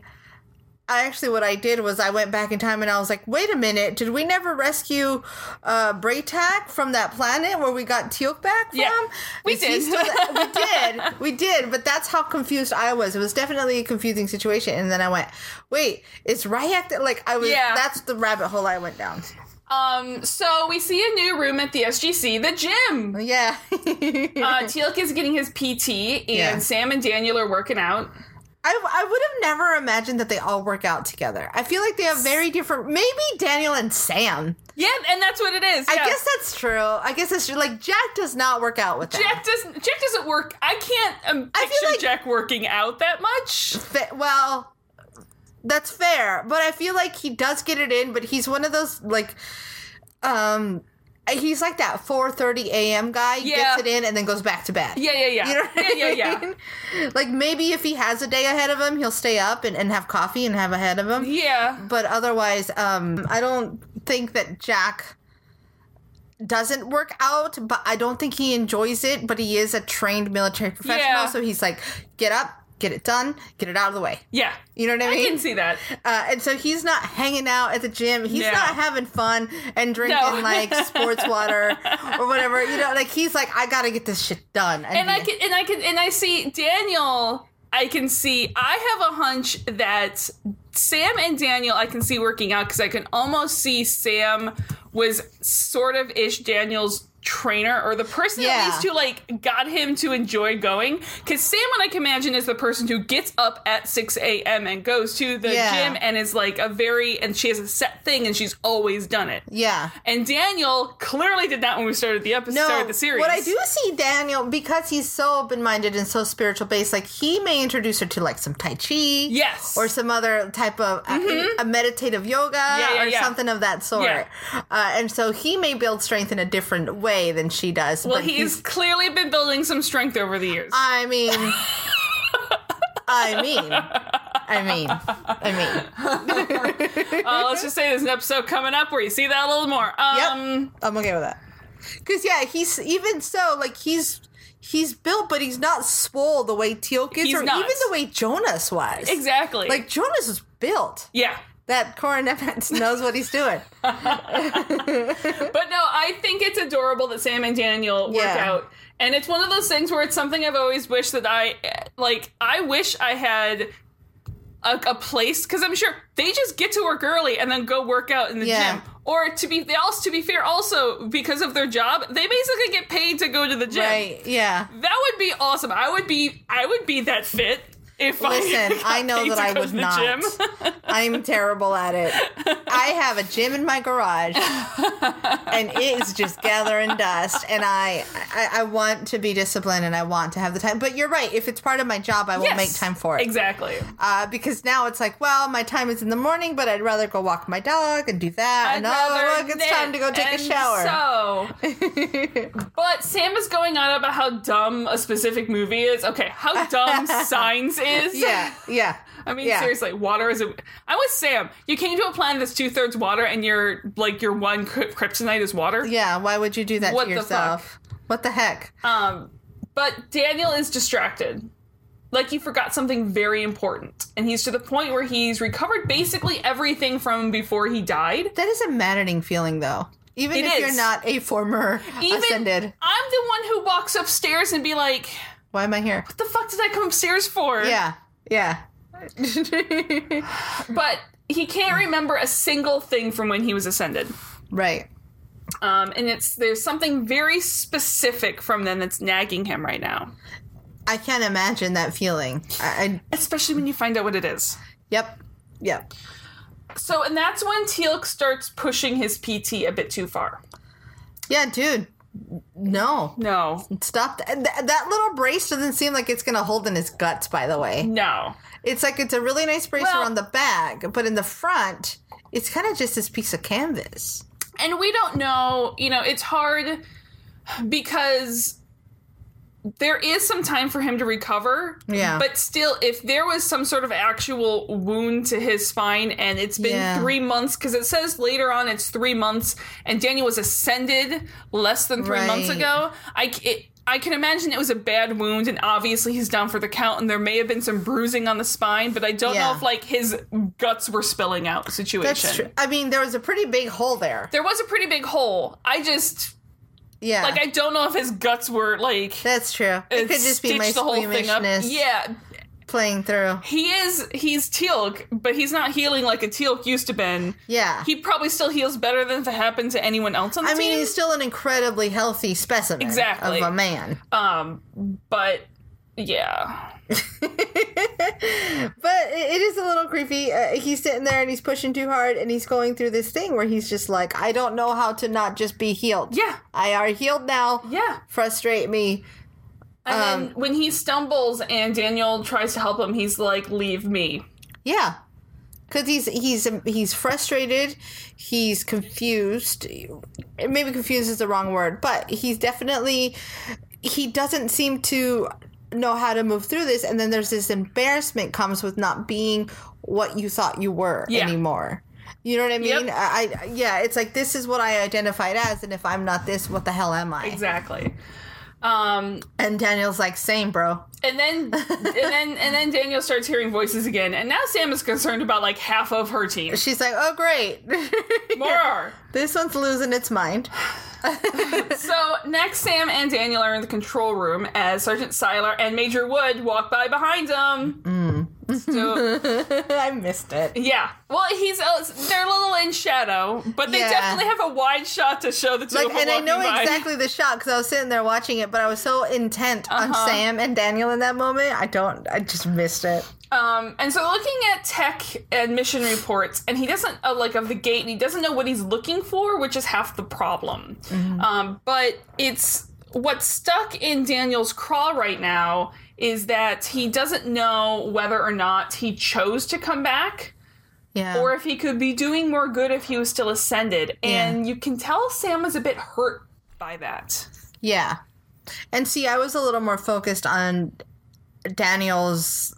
Speaker 2: I actually what I did was I went back in time and I was like, "Wait a minute, did we never rescue uh Braytak from that planet where we got Teal'c back from?"
Speaker 1: Yeah, we
Speaker 2: Is he
Speaker 1: did.
Speaker 2: still th- we did. We did, but that's how confused I was. It was definitely a confusing situation and then I went, "Wait, it's Ryak that like I was
Speaker 1: Yeah.
Speaker 2: that's the rabbit hole I went down."
Speaker 1: Um, so we see a new room at the SGC, the gym.
Speaker 2: Oh, Yeah.
Speaker 1: Uh, Teal'c is getting his PT, and
Speaker 2: Yeah.
Speaker 1: Sam and Daniel are working out.
Speaker 2: I, I would have never imagined that they all work out together. I feel like they have very different. Maybe Daniel and Sam.
Speaker 1: Yeah, and that's what it is.
Speaker 2: I
Speaker 1: yeah.
Speaker 2: guess that's true. I guess that's true. Like Jack does not work out with them.
Speaker 1: Jack doesn't. Jack doesn't work. I can't um,
Speaker 2: I feel
Speaker 1: picture
Speaker 2: like-
Speaker 1: Jack working out that much.
Speaker 2: Fa- well, that's fair, but I feel like he does get it in. But he's one of those like, um, he's like that four thirty a.m. guy
Speaker 1: Yeah.
Speaker 2: gets it in and then goes back to bed.
Speaker 1: Yeah, yeah, yeah.
Speaker 2: You know what
Speaker 1: yeah, yeah,
Speaker 2: I
Speaker 1: yeah.
Speaker 2: mean? Like maybe if he has a day ahead of him, he'll stay up and, and have coffee and have ahead of him.
Speaker 1: Yeah.
Speaker 2: but otherwise um i don't think that jack doesn't work out but i don't think he enjoys it but he is a trained military professional
Speaker 1: Yeah.
Speaker 2: so he's like get up get it done get it out of the way
Speaker 1: Yeah.
Speaker 2: you know what i
Speaker 1: I
Speaker 2: mean
Speaker 1: can see that.
Speaker 2: uh, and so he's not hanging out at the gym he's
Speaker 1: No.
Speaker 2: not having fun and drinking
Speaker 1: No.
Speaker 2: like sports water or whatever you know like he's like i gotta get this shit done
Speaker 1: And I
Speaker 2: be-
Speaker 1: can and I can and I see Daniel I can see I have a hunch that Sam and Daniel I can see working out cuz I can almost see Sam was sort of ish Daniel's trainer or the person
Speaker 2: Yeah.
Speaker 1: that needs to like got him to enjoy going because sam what i can imagine is the person who gets up at 6 a.m and goes to the
Speaker 2: Yeah.
Speaker 1: gym and is like a very and she has a set thing and she's always done it
Speaker 2: Yeah.
Speaker 1: and daniel clearly did that when we started the episode started the series
Speaker 2: What I do see Daniel because he's so open minded and so spiritual based, like he may introduce her to like some Tai Chi,
Speaker 1: Yes. Mm-hmm.
Speaker 2: or some other type of a, a meditative yoga
Speaker 1: yeah,
Speaker 2: or
Speaker 1: yeah.
Speaker 2: something of that sort.
Speaker 1: Yeah.
Speaker 2: Uh, and so he may build strength in a different way than she does.
Speaker 1: well he's, clearly been building some strength over the years
Speaker 2: I mean, I mean, I mean, I mean.
Speaker 1: uh, let's just say there's an episode coming up where you see that a little more
Speaker 2: Yep,
Speaker 1: um
Speaker 2: I'm okay with that. Because yeah, he's even so like he's he's built, but he's not swole the way Teal'c is,
Speaker 1: He's
Speaker 2: or
Speaker 1: not.
Speaker 2: even the way Jonas was.
Speaker 1: exactly
Speaker 2: Like Jonas was built.
Speaker 1: yeah
Speaker 2: That Corin Evans knows what he's doing.
Speaker 1: But no, I think it's adorable that Sam and Daniel work
Speaker 2: Yeah.
Speaker 1: out. And it's one of those things where it's something I've always wished that I like I wish I had a, a place cuz I'm sure they just get to work early and then go work out in the
Speaker 2: Yeah.
Speaker 1: gym. Or to be they also to be fair also because of their job, they basically get paid to go to the gym.
Speaker 2: Right? Yeah.
Speaker 1: That would be awesome. I would be I would be that fit if I
Speaker 2: Listen,
Speaker 1: got
Speaker 2: I know
Speaker 1: paid
Speaker 2: that
Speaker 1: to
Speaker 2: I
Speaker 1: go to
Speaker 2: would
Speaker 1: the
Speaker 2: not.
Speaker 1: gym.
Speaker 2: I'm terrible at it. I have a gym in my garage, and it is just gathering dust. And I, I, I want to be disciplined, and I want to have the time. But you're right. If it's part of my job, I will
Speaker 1: Yes,
Speaker 2: make time for it.
Speaker 1: Exactly.
Speaker 2: uh, because now it's like, well, my time is in the morning, but I'd rather go walk my dog and do that. and oh,
Speaker 1: rather
Speaker 2: look, it's
Speaker 1: knit
Speaker 2: time to go take a
Speaker 1: and
Speaker 2: shower.
Speaker 1: So, but Sam is going on about how dumb a specific movie is. Okay, how dumb Signs is.
Speaker 2: yeah, yeah.
Speaker 1: I mean,
Speaker 2: yeah.
Speaker 1: seriously, water is a. I'm with Sam. You came to a planet that's two thirds water, and your like your one kryp- kryptonite is water.
Speaker 2: Yeah, why would you do that
Speaker 1: What
Speaker 2: to
Speaker 1: the
Speaker 2: yourself? What the heck?
Speaker 1: Um, but Daniel is distracted. Like he forgot something very important, and he's to the point where he's recovered basically everything from before he died.
Speaker 2: that is a maddening feeling, though. Even
Speaker 1: It
Speaker 2: if you're
Speaker 1: is.
Speaker 2: not a former
Speaker 1: Even
Speaker 2: ascended,
Speaker 1: I'm the one who walks upstairs and be like,
Speaker 2: why am I here?
Speaker 1: the fuck did I come upstairs for?
Speaker 2: Yeah, yeah.
Speaker 1: But he can't remember a single thing from when he was ascended.
Speaker 2: right.
Speaker 1: Um, and it's there's something very specific from them that's nagging him right now.
Speaker 2: I can't imagine that feeling. I, I
Speaker 1: Especially when you find out what it is.
Speaker 2: yep, yep.
Speaker 1: So and that's when Teal'c starts pushing his PT a bit too far.
Speaker 2: Yeah, dude. No,
Speaker 1: No.
Speaker 2: stop. Th- th- that little brace doesn't seem like it's gonna hold in his guts. By the way,
Speaker 1: No.
Speaker 2: It's like it's a really nice bracer
Speaker 1: Well-
Speaker 2: on the back, but in the front, it's kind of just this piece of canvas.
Speaker 1: and we don't know you know it's hard because there is some time for him to recover
Speaker 2: Yeah.
Speaker 1: but still if there was some sort of actual wound to his spine and it's been
Speaker 2: Yeah.
Speaker 1: three months because it says later on it's three months and daniel was ascended less than three months
Speaker 2: Right.
Speaker 1: ago i c- it, I can imagine it was a bad wound, and obviously he's down for the count, and there may have been some bruising on the spine, but I don't know
Speaker 2: Yeah.
Speaker 1: if like his guts were spilling out situation.
Speaker 2: That's true. I mean, there was a pretty big hole there.
Speaker 1: There was a pretty big hole. I just
Speaker 2: Yeah.
Speaker 1: like I don't know if his guts were like
Speaker 2: that's true. It could just be my
Speaker 1: stitched the whole thing up.
Speaker 2: squeamishness
Speaker 1: Yeah,
Speaker 2: playing through.
Speaker 1: he is he's Teal'c, but he's not healing like a Teal'c used to been.
Speaker 2: Yeah.
Speaker 1: He probably still heals better than if it happened to anyone else on the
Speaker 2: I mean,
Speaker 1: team.
Speaker 2: he's still an incredibly healthy specimen
Speaker 1: Exactly.
Speaker 2: of a man.
Speaker 1: um, but yeah,
Speaker 2: But it it is a little creepy. Uh, he's sitting there and he's pushing too hard and he's going through this thing where he's just like, I don't know how to not just be healed.
Speaker 1: Yeah.
Speaker 2: I are healed now.
Speaker 1: yeah.
Speaker 2: Frustrate me.
Speaker 1: And then
Speaker 2: Um,
Speaker 1: when he stumbles and Daniel tries to help him, he's like, "Leave me."
Speaker 2: Yeah, because he's he's he's frustrated, he's confused. Maybe confused is the wrong word, but he's definitely he doesn't seem to know how to move through this. And then there's this embarrassment comes with not being what you thought you were
Speaker 1: Yeah.
Speaker 2: anymore. You know what I mean?
Speaker 1: Yep.
Speaker 2: I, I yeah, it's like this is what I identified as, and if I'm not this, what the hell am I?
Speaker 1: Exactly. Um,
Speaker 2: And Daniel's like, same, bro.
Speaker 1: And then, and then, and then Daniel starts hearing voices again. And now Sam is concerned about like half of her team.
Speaker 2: She's like, oh great,
Speaker 1: More.
Speaker 2: this one's losing its mind.
Speaker 1: So next, Sam and Daniel are in the control room as Sergeant Seiler and Major Wood walk by behind them. So
Speaker 2: Mm. I missed it.
Speaker 1: yeah, well, he's uh, they're a little in shadow, but they
Speaker 2: Yeah.
Speaker 1: definitely have a wide shot to show the two of
Speaker 2: Like,
Speaker 1: them
Speaker 2: and I
Speaker 1: walking
Speaker 2: know
Speaker 1: by.
Speaker 2: exactly the shot because I was sitting there watching it, but I was so intent on Sam and Daniel in that moment. I don't. I just missed it.
Speaker 1: Um, and so looking at tech admission reports, and he doesn't uh, like of the gate, and he doesn't know what he's looking for, which is half the problem. Um, but it's what's stuck in Daniel's craw right now is that he doesn't know whether or not he chose to come back.
Speaker 2: Yeah.
Speaker 1: or if he could be doing more good if he was still ascended. And you can tell Sam is a bit hurt by that.
Speaker 2: yeah. And see, I was a little more focused on Daniel's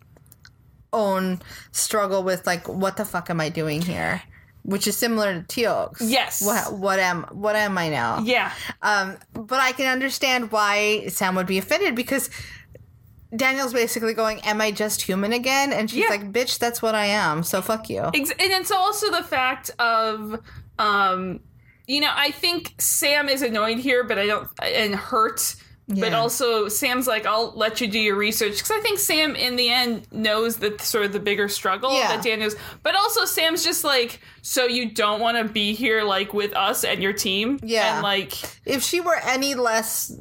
Speaker 2: own struggle with like, what the fuck am I doing here? Which is similar to Teok's.
Speaker 1: Yes.
Speaker 2: What, what am what am I now?
Speaker 1: Yeah.
Speaker 2: Um, but I can understand why Sam would be offended because Daniel's basically going, "Am I just human again?" And she's
Speaker 1: Yeah.
Speaker 2: like, "Bitch, that's what I am. So fuck you."
Speaker 1: Ex- and it's also the fact of, um, you know, I think Sam is annoyed here, but I don't, and hurt. But
Speaker 2: Yeah.
Speaker 1: also, Sam's like, I'll let you do your research because I think Sam, in the end, knows that sort of the bigger struggle
Speaker 2: Yeah.
Speaker 1: that Daniel's. But also, Sam's just like, so you don't want to be here, like with us and your team,
Speaker 2: Yeah.
Speaker 1: and like,
Speaker 2: if she were any less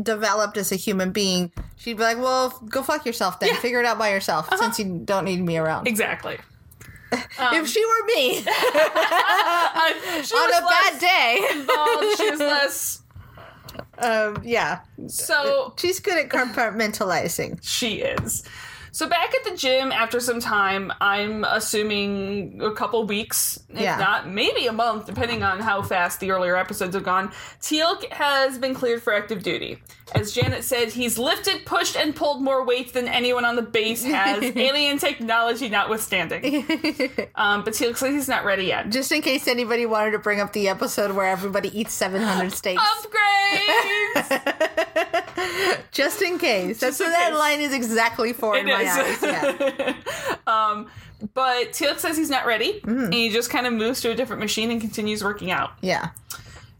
Speaker 2: developed as a human being, she'd be like, "Well, f- go fuck yourself then. Figure it out by yourself
Speaker 1: Uh-huh.
Speaker 2: since you don't need me around."
Speaker 1: exactly. Um,
Speaker 2: if she were me
Speaker 1: I- she
Speaker 2: on
Speaker 1: was
Speaker 2: a bad
Speaker 1: less
Speaker 2: day,
Speaker 1: involved. She was less.
Speaker 2: um, yeah,
Speaker 1: So
Speaker 2: she's good at compartmentalizing.
Speaker 1: she is. So back at the gym after some time, I'm assuming a couple weeks, if
Speaker 2: Yeah.
Speaker 1: not maybe a month, depending on how fast the earlier episodes have gone. Teal'c has been cleared for active duty. As Janet said, he's lifted, pushed, and pulled more weight than anyone on the base has, alien technology notwithstanding. um, but Teal'c says he's not ready yet.
Speaker 2: Just in case anybody wanted to bring up the episode where everybody eats 700 steaks.
Speaker 1: Oh, Upgrades.
Speaker 2: Just in case. That's
Speaker 1: in
Speaker 2: what that
Speaker 1: case.
Speaker 2: line is exactly for in
Speaker 1: It
Speaker 2: my
Speaker 1: is.
Speaker 2: eyes. Yeah. Mm.
Speaker 1: um, but Teal'c says he's not ready, and he just kind of moves to a different machine and continues working out.
Speaker 2: yeah.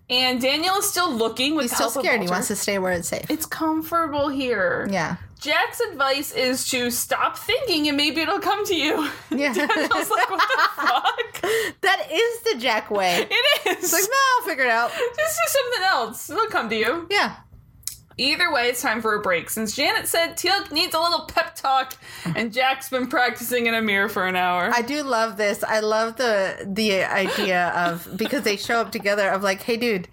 Speaker 1: And Daniel is still looking with
Speaker 2: He's
Speaker 1: the
Speaker 2: still
Speaker 1: help of
Speaker 2: scared. He
Speaker 1: Walter.
Speaker 2: wants to stay where it's safe.
Speaker 1: It's comfortable here.
Speaker 2: Yeah.
Speaker 1: Jack's advice is to stop thinking and maybe it'll come to you.
Speaker 2: Yeah.
Speaker 1: Daniel's like, what the fuck?
Speaker 2: That is the Jack way.
Speaker 1: It is.
Speaker 2: It's like, no, I'll figure it out.
Speaker 1: Just do something else. It'll come to you.
Speaker 2: Yeah.
Speaker 1: Either way, it's time for a break. Since Janet said Teal'c needs a little pep talk, and Jack's been practicing in a mirror for an hour.
Speaker 2: I do love this. I love the the idea of because they show up together of like, hey dude,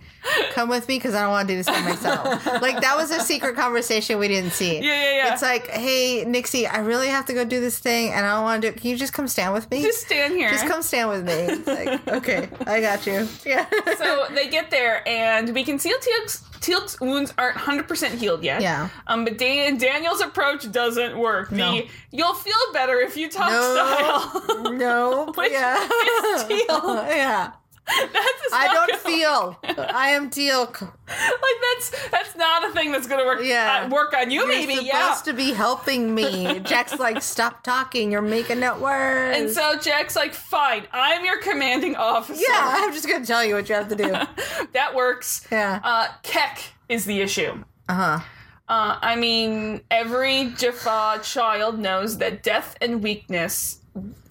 Speaker 2: come with me because I don't want to do this by myself. like that was a secret conversation we didn't see.
Speaker 1: Yeah, yeah, yeah.
Speaker 2: It's like, hey Nixie, I really have to go do this thing and I don't want to do it. Can you just come stand with me?
Speaker 1: just stand here.
Speaker 2: Just come stand with me. It's like, okay, I got you. Yeah.
Speaker 1: so they get there, and we can see Teal'c's, Teal'c's wounds aren't 100% healed yet.
Speaker 2: Yeah.
Speaker 1: Um, but Dan, Daniel's approach doesn't work.
Speaker 2: No.
Speaker 1: The you'll feel better if you talk
Speaker 2: No.
Speaker 1: style.
Speaker 2: no.
Speaker 1: Which
Speaker 2: yeah.
Speaker 1: is teal.
Speaker 2: yeah.
Speaker 1: that's a
Speaker 2: I don't
Speaker 1: suck.
Speaker 2: feel. I am teal.
Speaker 1: like that's that's not a thing that's gonna work.
Speaker 2: Yeah.
Speaker 1: uh, work on you
Speaker 2: You're
Speaker 1: maybe.
Speaker 2: supposed
Speaker 1: Yeah.
Speaker 2: to be helping me. Jack's like, stop talking. You're making it worse.
Speaker 1: and so Jack's like, fine, I'm your commanding officer.
Speaker 2: Yeah, I'm just gonna tell you what you have to do.
Speaker 1: that works.
Speaker 2: Yeah.
Speaker 1: Uh, Keck is the issue.
Speaker 2: Uh huh.
Speaker 1: Uh, I mean, every Jaffa child knows that death and weakness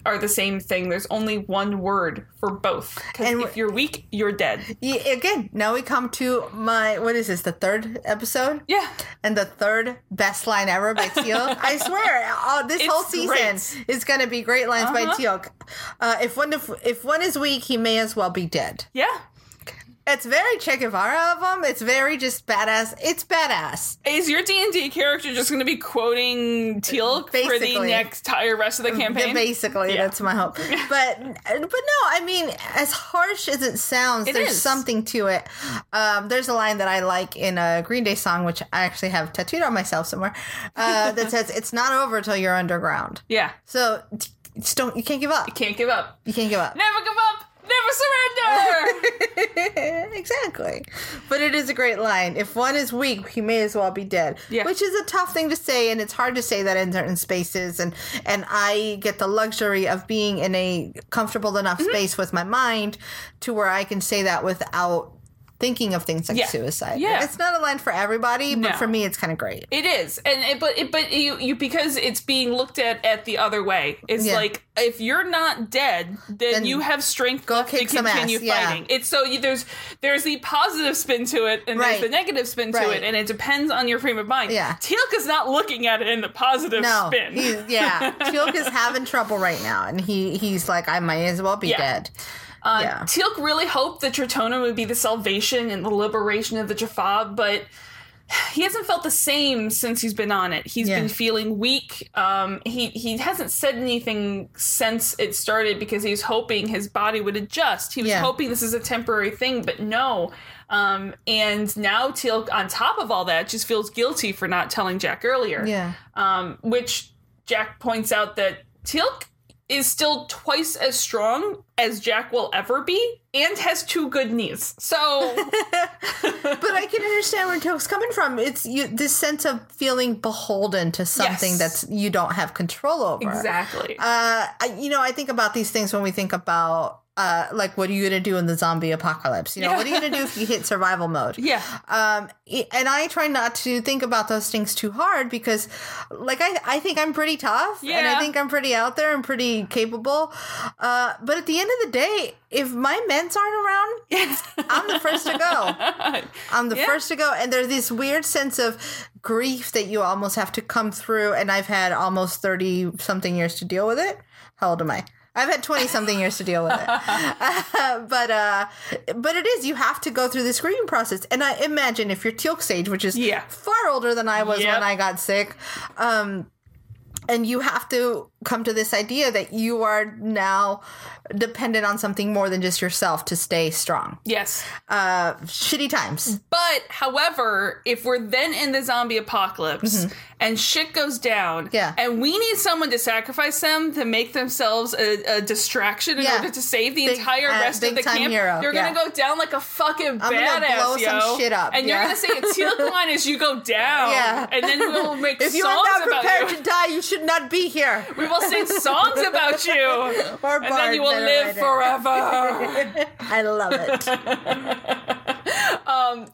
Speaker 1: are the same thing. There's only one word for both. Because
Speaker 2: And
Speaker 1: if you're weak, you're dead.
Speaker 2: Yeah, again, now we come to my what is this? The third episode.
Speaker 1: Yeah.
Speaker 2: And the third best line ever by Teal. I swear, all, this
Speaker 1: It's
Speaker 2: whole season is going to be great lines by
Speaker 1: Uh-huh.
Speaker 2: Teal. Uh, if one if, if one is weak, he may as well be dead.
Speaker 1: Yeah.
Speaker 2: It's very Che Guevara of him. It's very just badass. It's badass.
Speaker 1: Is your D and D character just going to be quoting Teal for the
Speaker 2: Basically.
Speaker 1: next entire rest of the campaign?
Speaker 2: Basically,
Speaker 1: Yeah.
Speaker 2: that's my hope. But but no, I mean, as harsh as it sounds,
Speaker 1: It
Speaker 2: there's
Speaker 1: is.
Speaker 2: something to it. Um, there's a line that I like in a Green Day song, which I actually have tattooed on myself somewhere, uh, that says, "It's not over till you're underground."
Speaker 1: yeah.
Speaker 2: So t- just don't. You can't give up.
Speaker 1: Can't give up.
Speaker 2: You can't give up.
Speaker 1: Never give up. Never surrender.
Speaker 2: exactly. But it is a great line. If one is weak, he may as well be dead.
Speaker 1: Yeah.
Speaker 2: Which is a tough thing to say, and it's hard to say that in certain spaces. And and I get the luxury of being
Speaker 1: Mm-hmm.
Speaker 2: in a comfortable enough space with my mind to where I can say that without thinking of things like
Speaker 1: Yeah.
Speaker 2: suicide.
Speaker 1: Yeah.
Speaker 2: It's not a line for everybody, but
Speaker 1: No.
Speaker 2: for me, it's kind of great.
Speaker 1: It is, and it, but it, but you you because it's being looked at at the other way. It's
Speaker 2: Yeah.
Speaker 1: like if you're not dead, then,
Speaker 2: Then
Speaker 1: you have strength
Speaker 2: go
Speaker 1: left to
Speaker 2: kick some
Speaker 1: continue
Speaker 2: ass, yeah.
Speaker 1: fighting. It's so you, there's there's the positive spin to it, and
Speaker 2: Right.
Speaker 1: there's the negative spin to
Speaker 2: Right.
Speaker 1: it, and it depends on your frame of mind.
Speaker 2: Yeah.
Speaker 1: Teal'c's not looking at it in the positive
Speaker 2: No,
Speaker 1: spin.
Speaker 2: he's, yeah, Teal'c is having trouble right now, and he he's like, I might as well be
Speaker 1: Yeah.
Speaker 2: dead.
Speaker 1: Uh,
Speaker 2: Yeah.
Speaker 1: Teal'c really hoped that Tritona would be the salvation and the liberation of the Jaffa, but he hasn't felt the same since he's been on it. He's
Speaker 2: Yeah.
Speaker 1: been feeling weak. Um, he he hasn't said anything since it started because he's hoping his body would adjust. He was
Speaker 2: Yeah.
Speaker 1: hoping this is a temporary thing, but no. Um, and now Teal'c, on top of all that, just feels guilty for not telling Jack earlier
Speaker 2: Yeah,
Speaker 1: um, which Jack points out that Teal'c is still twice as strong as Jack will ever be, and has two good knees. So
Speaker 2: but I can understand where Teal'c's coming from. It's you, this sense of feeling beholden to something
Speaker 1: Yes.
Speaker 2: that's you don't have control over.
Speaker 1: exactly,
Speaker 2: Uh, I, you know, I think about these things when we think about uh, like, what are you gonna do in the zombie apocalypse? You know, what are you gonna do if you hit survival mode?
Speaker 1: yeah,
Speaker 2: um i- and i try not to think about those things too hard because like i i think i'm pretty tough and i
Speaker 1: Yeah.
Speaker 2: think i'm pretty out there and pretty capable uh but at the end of the day if my ments aren't around i'm the first to go i'm the
Speaker 1: Yeah.
Speaker 2: first to go and there's this weird sense of grief that you almost have to come through and i've had almost 30 something years to deal with it how old am i I've had twenty something years to deal with it, but uh, but it is you have to go through this grieving process, and I imagine if you're Teal'c's age, which is
Speaker 1: Yeah.
Speaker 2: far older than I was
Speaker 1: Yep.
Speaker 2: when I got sick, um, and you have to come to this idea that you are now dependent on something more than just yourself to stay strong.
Speaker 1: yes.
Speaker 2: Uh, shitty times.
Speaker 1: But however, if we're then in the zombie apocalypse and shit goes down,
Speaker 2: Mm-hmm. Yeah.
Speaker 1: and we need someone to sacrifice them to make themselves a, a distraction in
Speaker 2: Yeah.
Speaker 1: order to save the
Speaker 2: Big-
Speaker 1: entire
Speaker 2: uh,
Speaker 1: rest
Speaker 2: big
Speaker 1: of the
Speaker 2: time
Speaker 1: camp,
Speaker 2: hero,
Speaker 1: you're
Speaker 2: yeah.
Speaker 1: gonna go down like a fucking
Speaker 2: I'm gonna
Speaker 1: badass,
Speaker 2: blow
Speaker 1: yo.
Speaker 2: some shit up,
Speaker 1: and
Speaker 2: yeah.
Speaker 1: you're gonna say a teal line as you go down,
Speaker 2: Yeah.
Speaker 1: and then we'll make
Speaker 2: If you
Speaker 1: songs
Speaker 2: are not
Speaker 1: about
Speaker 2: prepared
Speaker 1: you.
Speaker 2: to die, you should not be here.
Speaker 1: we will sing songs about you,
Speaker 2: Or
Speaker 1: and then you will
Speaker 2: bards,
Speaker 1: live
Speaker 2: I don't know.
Speaker 1: forever.
Speaker 2: I love it.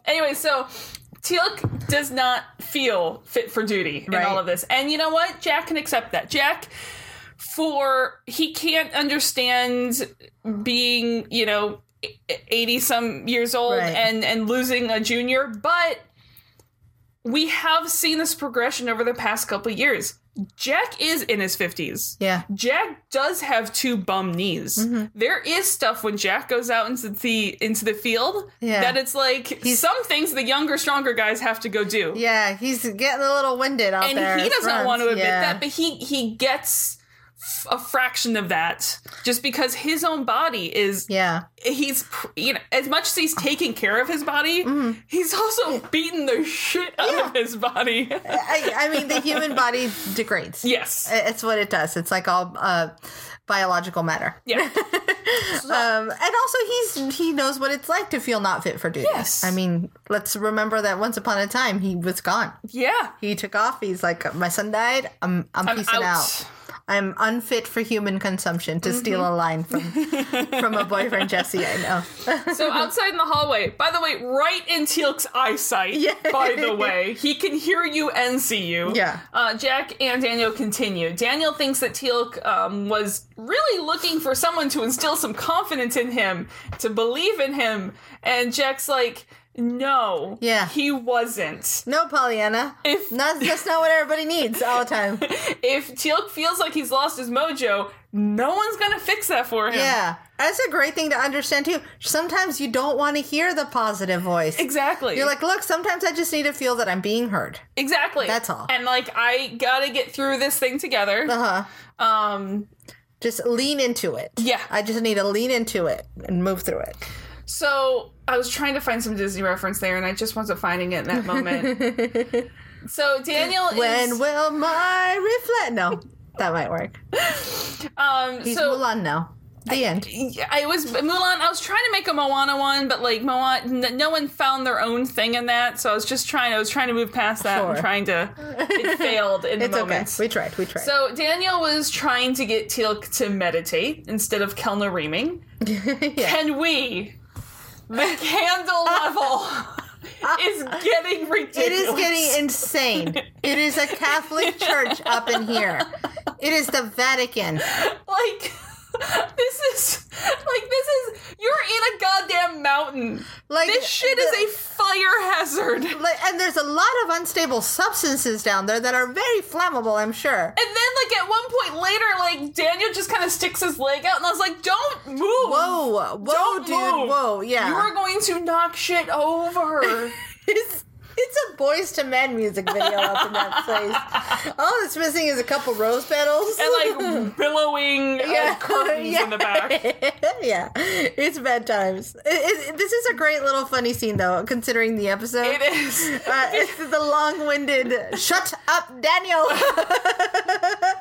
Speaker 1: anyway, so Teal'c does not feel fit for duty in
Speaker 2: Right.
Speaker 1: all of this, and you know what? Jack can accept that. Jack, for he can't understand being, you know, eighty some years old
Speaker 2: Right.
Speaker 1: and and losing a junior, but we have seen this progression over the past couple years. Jack is in his fifties.
Speaker 2: Yeah.
Speaker 1: Jack does have two bum knees.
Speaker 2: Mm-hmm.
Speaker 1: There is stuff when Jack goes out into the into the field
Speaker 2: Yeah.
Speaker 1: that it's like some things the younger, stronger guys have to go do.
Speaker 2: Yeah, he's getting a little winded out
Speaker 1: and
Speaker 2: there.
Speaker 1: he
Speaker 2: It's
Speaker 1: doesn't
Speaker 2: runs.
Speaker 1: want to admit
Speaker 2: Yeah.
Speaker 1: that, but he he gets f- a fraction of that just because his own body is
Speaker 2: yeah.
Speaker 1: he's pr- you know as much as he's taking care of his body
Speaker 2: Mm-hmm.
Speaker 1: he's also beating the shit out of his body
Speaker 2: I, I mean, the human body degrades.
Speaker 1: yes
Speaker 2: I- It's what it does. It's like all uh, biological matter.
Speaker 1: yeah
Speaker 2: Um, and also, he's he knows what it's like to feel not fit for duty.
Speaker 1: Yes.
Speaker 2: I mean, let's remember that once upon a time he was gone.
Speaker 1: yeah
Speaker 2: He took off. He's like, my son died. I'm I'm,
Speaker 1: I'm
Speaker 2: peacing out.
Speaker 1: out.
Speaker 2: I'm unfit for human consumption.
Speaker 1: Mm-hmm.
Speaker 2: To steal a line from from a boyfriend Jesse I know.
Speaker 1: So outside in the hallway, by the way, right in Teal'c's eyesight. By the way, he can hear you and see you.
Speaker 2: Yeah.
Speaker 1: Uh, Jack and Daniel continue. Daniel thinks that Teal'c um, was really looking for someone to instill some confidence in him, to believe in him, and Jack's like, "No,
Speaker 2: Yeah.
Speaker 1: he wasn't.
Speaker 2: No, Pollyanna.
Speaker 1: If-
Speaker 2: Not- that's not what everybody needs all the time.
Speaker 1: If Teal'c feels like he's lost his mojo, no one's gonna fix that for him.
Speaker 2: Yeah. That's a great thing to understand too. Sometimes you don't want to hear the positive voice.
Speaker 1: Exactly.
Speaker 2: You're like, look, sometimes I just need to feel that I'm being heard.
Speaker 1: exactly.
Speaker 2: That's all.
Speaker 1: And like, I gotta get through this thing together.
Speaker 2: Uh huh.
Speaker 1: Um,
Speaker 2: Just lean into it.
Speaker 1: Yeah.
Speaker 2: I just need to lean into it and move through it.
Speaker 1: So I was trying to find some Disney reference there, and I just wasn't finding it in that moment. so Daniel
Speaker 2: When
Speaker 1: is
Speaker 2: will my reflect? No, that might work.
Speaker 1: um.
Speaker 2: He's
Speaker 1: so
Speaker 2: Mulan now. The end.
Speaker 1: I was Mulan. I was trying to make a Moana one, but like Moana, n- no one found their own thing in that. So I was just trying. I was trying to move past that and
Speaker 2: Sure.
Speaker 1: trying to. It failed in
Speaker 2: It's
Speaker 1: the
Speaker 2: okay.
Speaker 1: moment.
Speaker 2: We tried. We tried.
Speaker 1: So Daniel was trying to get Teal'c to meditate instead of Kelna reaming. Can we The candle level is getting ridiculous.
Speaker 2: It is getting insane. It is a Catholic church up in here. It is the Vatican.
Speaker 1: like this is like this is you're in a goddamn mountain.
Speaker 2: Like
Speaker 1: this shit
Speaker 2: the-
Speaker 1: is a fire hazard.
Speaker 2: Like, and there's a lot of unstable substances down there that are very flammable, I'm sure.
Speaker 1: And then, like, at one point later, like, Daniel just kind of sticks his leg out, and I was like, don't move!
Speaker 2: Whoa, whoa,
Speaker 1: Don't
Speaker 2: dude,
Speaker 1: move.
Speaker 2: whoa, yeah.
Speaker 1: You are going to knock shit over.
Speaker 2: It's, it's a boys to men music video up in that place. All that's missing is a couple rose petals.
Speaker 1: and, like, billowing uh, curtains in the back.
Speaker 2: yeah, it's bad times. It, it, this is a great little funny scene, though, considering the episode.
Speaker 1: It is.
Speaker 2: Uh, it's the long-winded "Shut up, Daniel"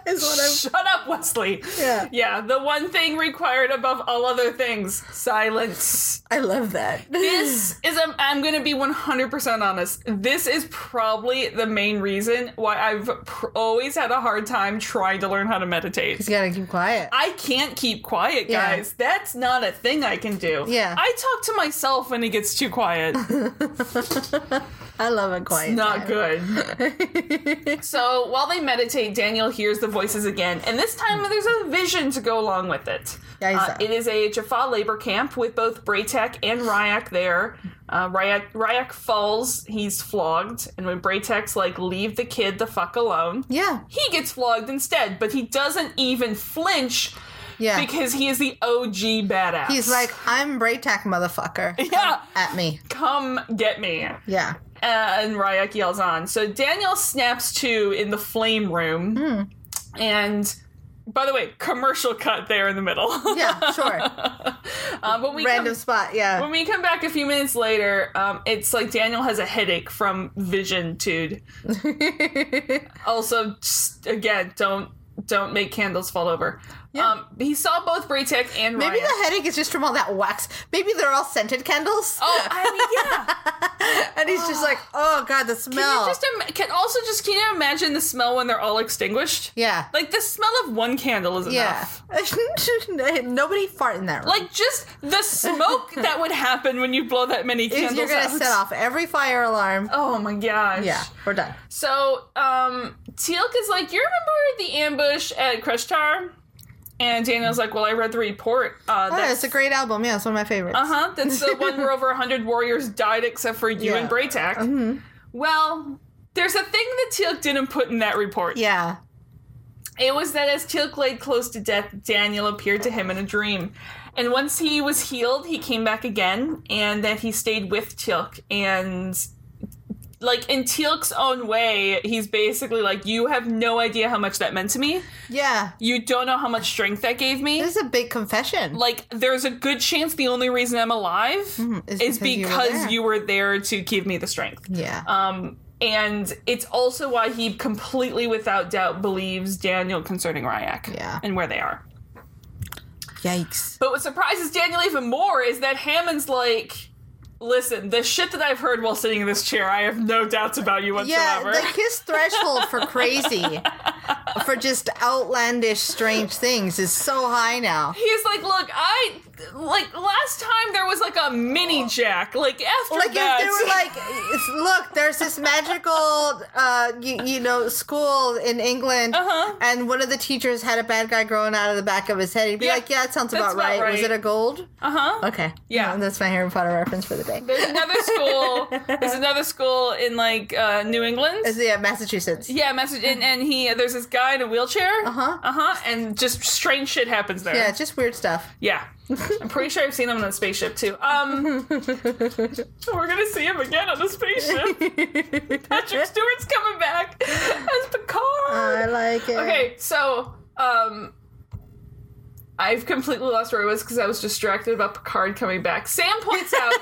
Speaker 2: is what I'm.
Speaker 1: Shut up, Wesley.
Speaker 2: Yeah.
Speaker 1: Yeah, the one thing required above all other things silence.
Speaker 2: I love that.
Speaker 1: This is, a, I'm going to be 100% honest. This is probably the main reason why I've pr- always had a hard time trying to learn how to meditate.
Speaker 2: You gotta keep quiet.
Speaker 1: I can't keep quiet,
Speaker 2: Yeah.
Speaker 1: guys. That's not a thing I can do.
Speaker 2: Yeah.
Speaker 1: I talk to myself when it gets too quiet.
Speaker 2: I love a quiet.
Speaker 1: not good. so while they meditate, Daniel hears the voices again, and this time there's a vision to go along with it.
Speaker 2: Yeah, I
Speaker 1: Uh,
Speaker 2: saw.
Speaker 1: it is a Jaffa labor camp with both Braytek and Ryak there. Uh, Ryak, Ryak falls, he's flogged, and when Braytek's like, leave the kid the fuck alone,
Speaker 2: Yeah,
Speaker 1: he gets flogged instead, but he doesn't even flinch
Speaker 2: yeah.
Speaker 1: because he is the OG badass.
Speaker 2: He's like, "I'm Braytac, motherfucker."
Speaker 1: yeah,
Speaker 2: At me.
Speaker 1: come get me.
Speaker 2: Yeah.
Speaker 1: Uh, and Ryak yells on. So Daniel snaps to in the flame room.
Speaker 2: Hmm.
Speaker 1: And by the way, commercial cut there in the middle.
Speaker 2: Yeah. Sure.
Speaker 1: uh, when, we come,
Speaker 2: Random spot. Yeah.
Speaker 1: when we come back a few minutes later, um, it's like Daniel has a headache from vision, dude. also, just, again, don't. Don't make candles fall over.
Speaker 2: Yeah.
Speaker 1: Um, he saw both Braytek and
Speaker 2: Maybe
Speaker 1: Ryak.
Speaker 2: the headache is just from all that wax. Maybe they're all scented candles.
Speaker 1: Oh, I mean, yeah.
Speaker 2: and he's just like, "Oh God, the
Speaker 1: Can
Speaker 2: smell."
Speaker 1: you just im- can also just can you imagine the smell when they're all extinguished?
Speaker 2: yeah.
Speaker 1: Like the smell of one candle is
Speaker 2: Yeah.
Speaker 1: enough.
Speaker 2: Nobody fart in that room.
Speaker 1: Like just the smoke that would happen when you blow that many
Speaker 2: If
Speaker 1: candles
Speaker 2: you're gonna
Speaker 1: out.
Speaker 2: set off every fire alarm.
Speaker 1: Oh my gosh.
Speaker 2: Yeah, we're done.
Speaker 1: So, um, Teal'c is like, you remember the ambush at Kreshtar? And Daniel's like, well, I read the report. Uh,
Speaker 2: Oh,
Speaker 1: that's,
Speaker 2: it's a great album. Yeah, it's one of my favorites.
Speaker 1: uh huh. That's the one where over 100 warriors died except for you
Speaker 2: Yeah. Mm-hmm.
Speaker 1: and Braytak. Well, there's a thing that Teal'c didn't put in that report.
Speaker 2: Yeah.
Speaker 1: It was that as Teal'c lay close to death, Daniel appeared to him in a dream. And once he was healed, he came back again, and that he stayed with Teal'c. And, like, in Teal'c's own way, he's basically like, You have no idea how much that meant to me.
Speaker 2: Yeah.
Speaker 1: You don't know how much strength that gave me.
Speaker 2: This is a big confession.
Speaker 1: Like, there's a good chance the only reason I'm alive
Speaker 2: Mm-hmm. is
Speaker 1: is,
Speaker 2: because you were
Speaker 1: because
Speaker 2: there.
Speaker 1: you were there to give me the strength.
Speaker 2: yeah.
Speaker 1: Um, and it's also why he completely, without doubt, believes Daniel concerning Ryak
Speaker 2: Yeah.
Speaker 1: and where they are.
Speaker 2: Yikes.
Speaker 1: But what surprises Daniel even more is that Hammond's like, listen, the shit that I've heard while sitting in this chair, I have no doubts about you
Speaker 2: Yeah,
Speaker 1: whatsoever.
Speaker 2: the kiss threshold for crazy, for just outlandish, strange things is so high now.
Speaker 1: He's like, look, I like last time there was like a mini Jack. Like after
Speaker 2: Like if they
Speaker 1: that,
Speaker 2: were like, it's- look, there's this magical, uh, you, you know, school in England,
Speaker 1: Uh-huh.
Speaker 2: and one of the teachers had a bad guy growing out of the back of his head. He'd be
Speaker 1: Yeah,
Speaker 2: like, "Yeah, that sounds
Speaker 1: that's
Speaker 2: about,
Speaker 1: about
Speaker 2: right. Was
Speaker 1: right.
Speaker 2: it a gold?
Speaker 1: uh huh.
Speaker 2: Okay,
Speaker 1: Yeah.
Speaker 2: No, that's my Harry Potter reference for the day.
Speaker 1: There's another school. there's another school in like uh, New England.
Speaker 2: Is yeah, Massachusetts?
Speaker 1: Yeah, message and, and he there's this guy in a wheelchair.
Speaker 2: Uh-huh.
Speaker 1: Uh huh. And just strange shit happens there.
Speaker 2: Yeah, just weird stuff.
Speaker 1: Yeah. I'm pretty sure I've seen him on a spaceship too. Um
Speaker 2: Mm-hmm.
Speaker 1: We're gonna see him again on a spaceship. Patrick Stewart's coming back as
Speaker 2: Oh, I
Speaker 1: Picard.
Speaker 2: like it.
Speaker 1: okay, so um I've completely lost where I was because I was distracted about Picard coming back. Sam points out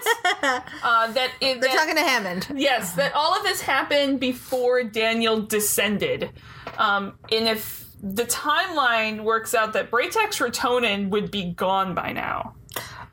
Speaker 1: uh, that it,
Speaker 2: They're
Speaker 1: that
Speaker 2: talking to Hammond.
Speaker 1: Yes, that all of this happened before Daniel descended. Um, and if the timeline works out that Braytex Rotonin would be gone by now.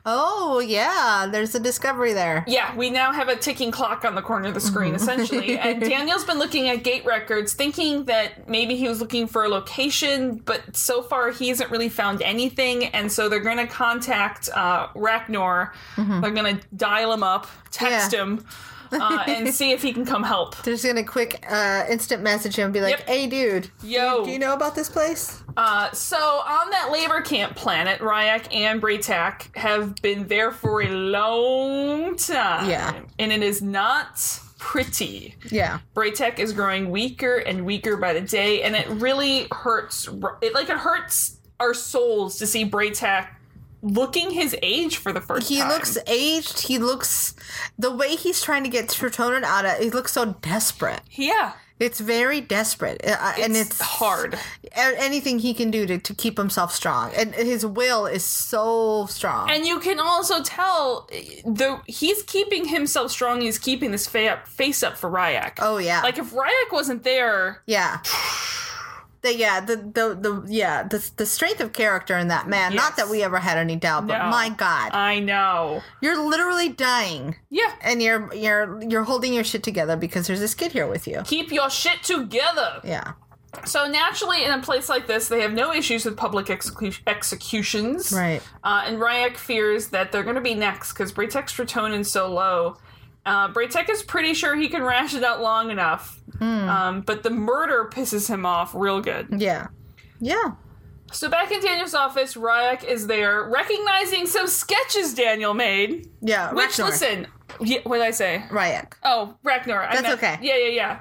Speaker 2: Oh yeah, there's a discovery there.
Speaker 1: Yeah, we now have a ticking clock on the corner of the
Speaker 2: Mm-hmm.
Speaker 1: screen, essentially. and Daniel's been looking at gate records, thinking that maybe he was looking for a location, but so far he hasn't really found anything. And so they're going to contact uh, Ragnor. They're going to dial him up, text
Speaker 2: Mm-hmm. Yeah.
Speaker 1: him, uh, and see if he can come help.
Speaker 2: They're just gonna quick uh, instant message him and be like,
Speaker 1: Yep.
Speaker 2: "Hey, dude,
Speaker 1: Yo.
Speaker 2: do you know about this place?"
Speaker 1: Uh, so on that labor camp planet, Ryak and Braytak have been there for a long time.
Speaker 2: Yeah.
Speaker 1: And it is not pretty.
Speaker 2: Yeah,
Speaker 1: Braytek is growing weaker and weaker by the day, and it really hurts. It like it hurts our souls to see Braytek looking his age for the first
Speaker 2: he
Speaker 1: time.
Speaker 2: looks aged. He looks the way he's trying to get Tritonin out of. He looks so desperate.
Speaker 1: yeah,
Speaker 2: It's very desperate, uh, uh, and it's
Speaker 1: hard.
Speaker 2: a- Anything he can do to, to keep himself strong, and his will is so strong.
Speaker 1: And you can also tell eh, the he's keeping himself strong. He's keeping this fa- up, face up for Ryak.
Speaker 2: oh yeah,
Speaker 1: Like if Ryak wasn't there,
Speaker 2: Yeah. The, yeah, the, the the yeah, the the strength of character in that man. Not
Speaker 1: Yes.
Speaker 2: that we ever had any doubt, but
Speaker 1: No. Uh,
Speaker 2: my god.
Speaker 1: I know.
Speaker 2: you're literally dying
Speaker 1: Yeah,
Speaker 2: and you're you're you're holding your shit together because there's this kid here with you.
Speaker 1: keep your shit together.
Speaker 2: Yeah.
Speaker 1: So naturally, in a place like this, they have no issues with public execu- executions.
Speaker 2: Right.
Speaker 1: Uh, and Ryak fears that they're going to be next because Braytek's serotonin's so low. Uh, Braytek is pretty sure he can ration it out long enough, um, but the murder pisses him off real good.
Speaker 2: Yeah. Yeah.
Speaker 1: So back in Daniel's office, Ryak is there recognizing some sketches Daniel made.
Speaker 2: Yeah.
Speaker 1: Which,
Speaker 2: Ragnar.
Speaker 1: listen, yeah, what did I say?
Speaker 2: Ryak.
Speaker 1: Oh, Ragnar. I
Speaker 2: That's
Speaker 1: meant-
Speaker 2: okay.
Speaker 1: Yeah, yeah, yeah.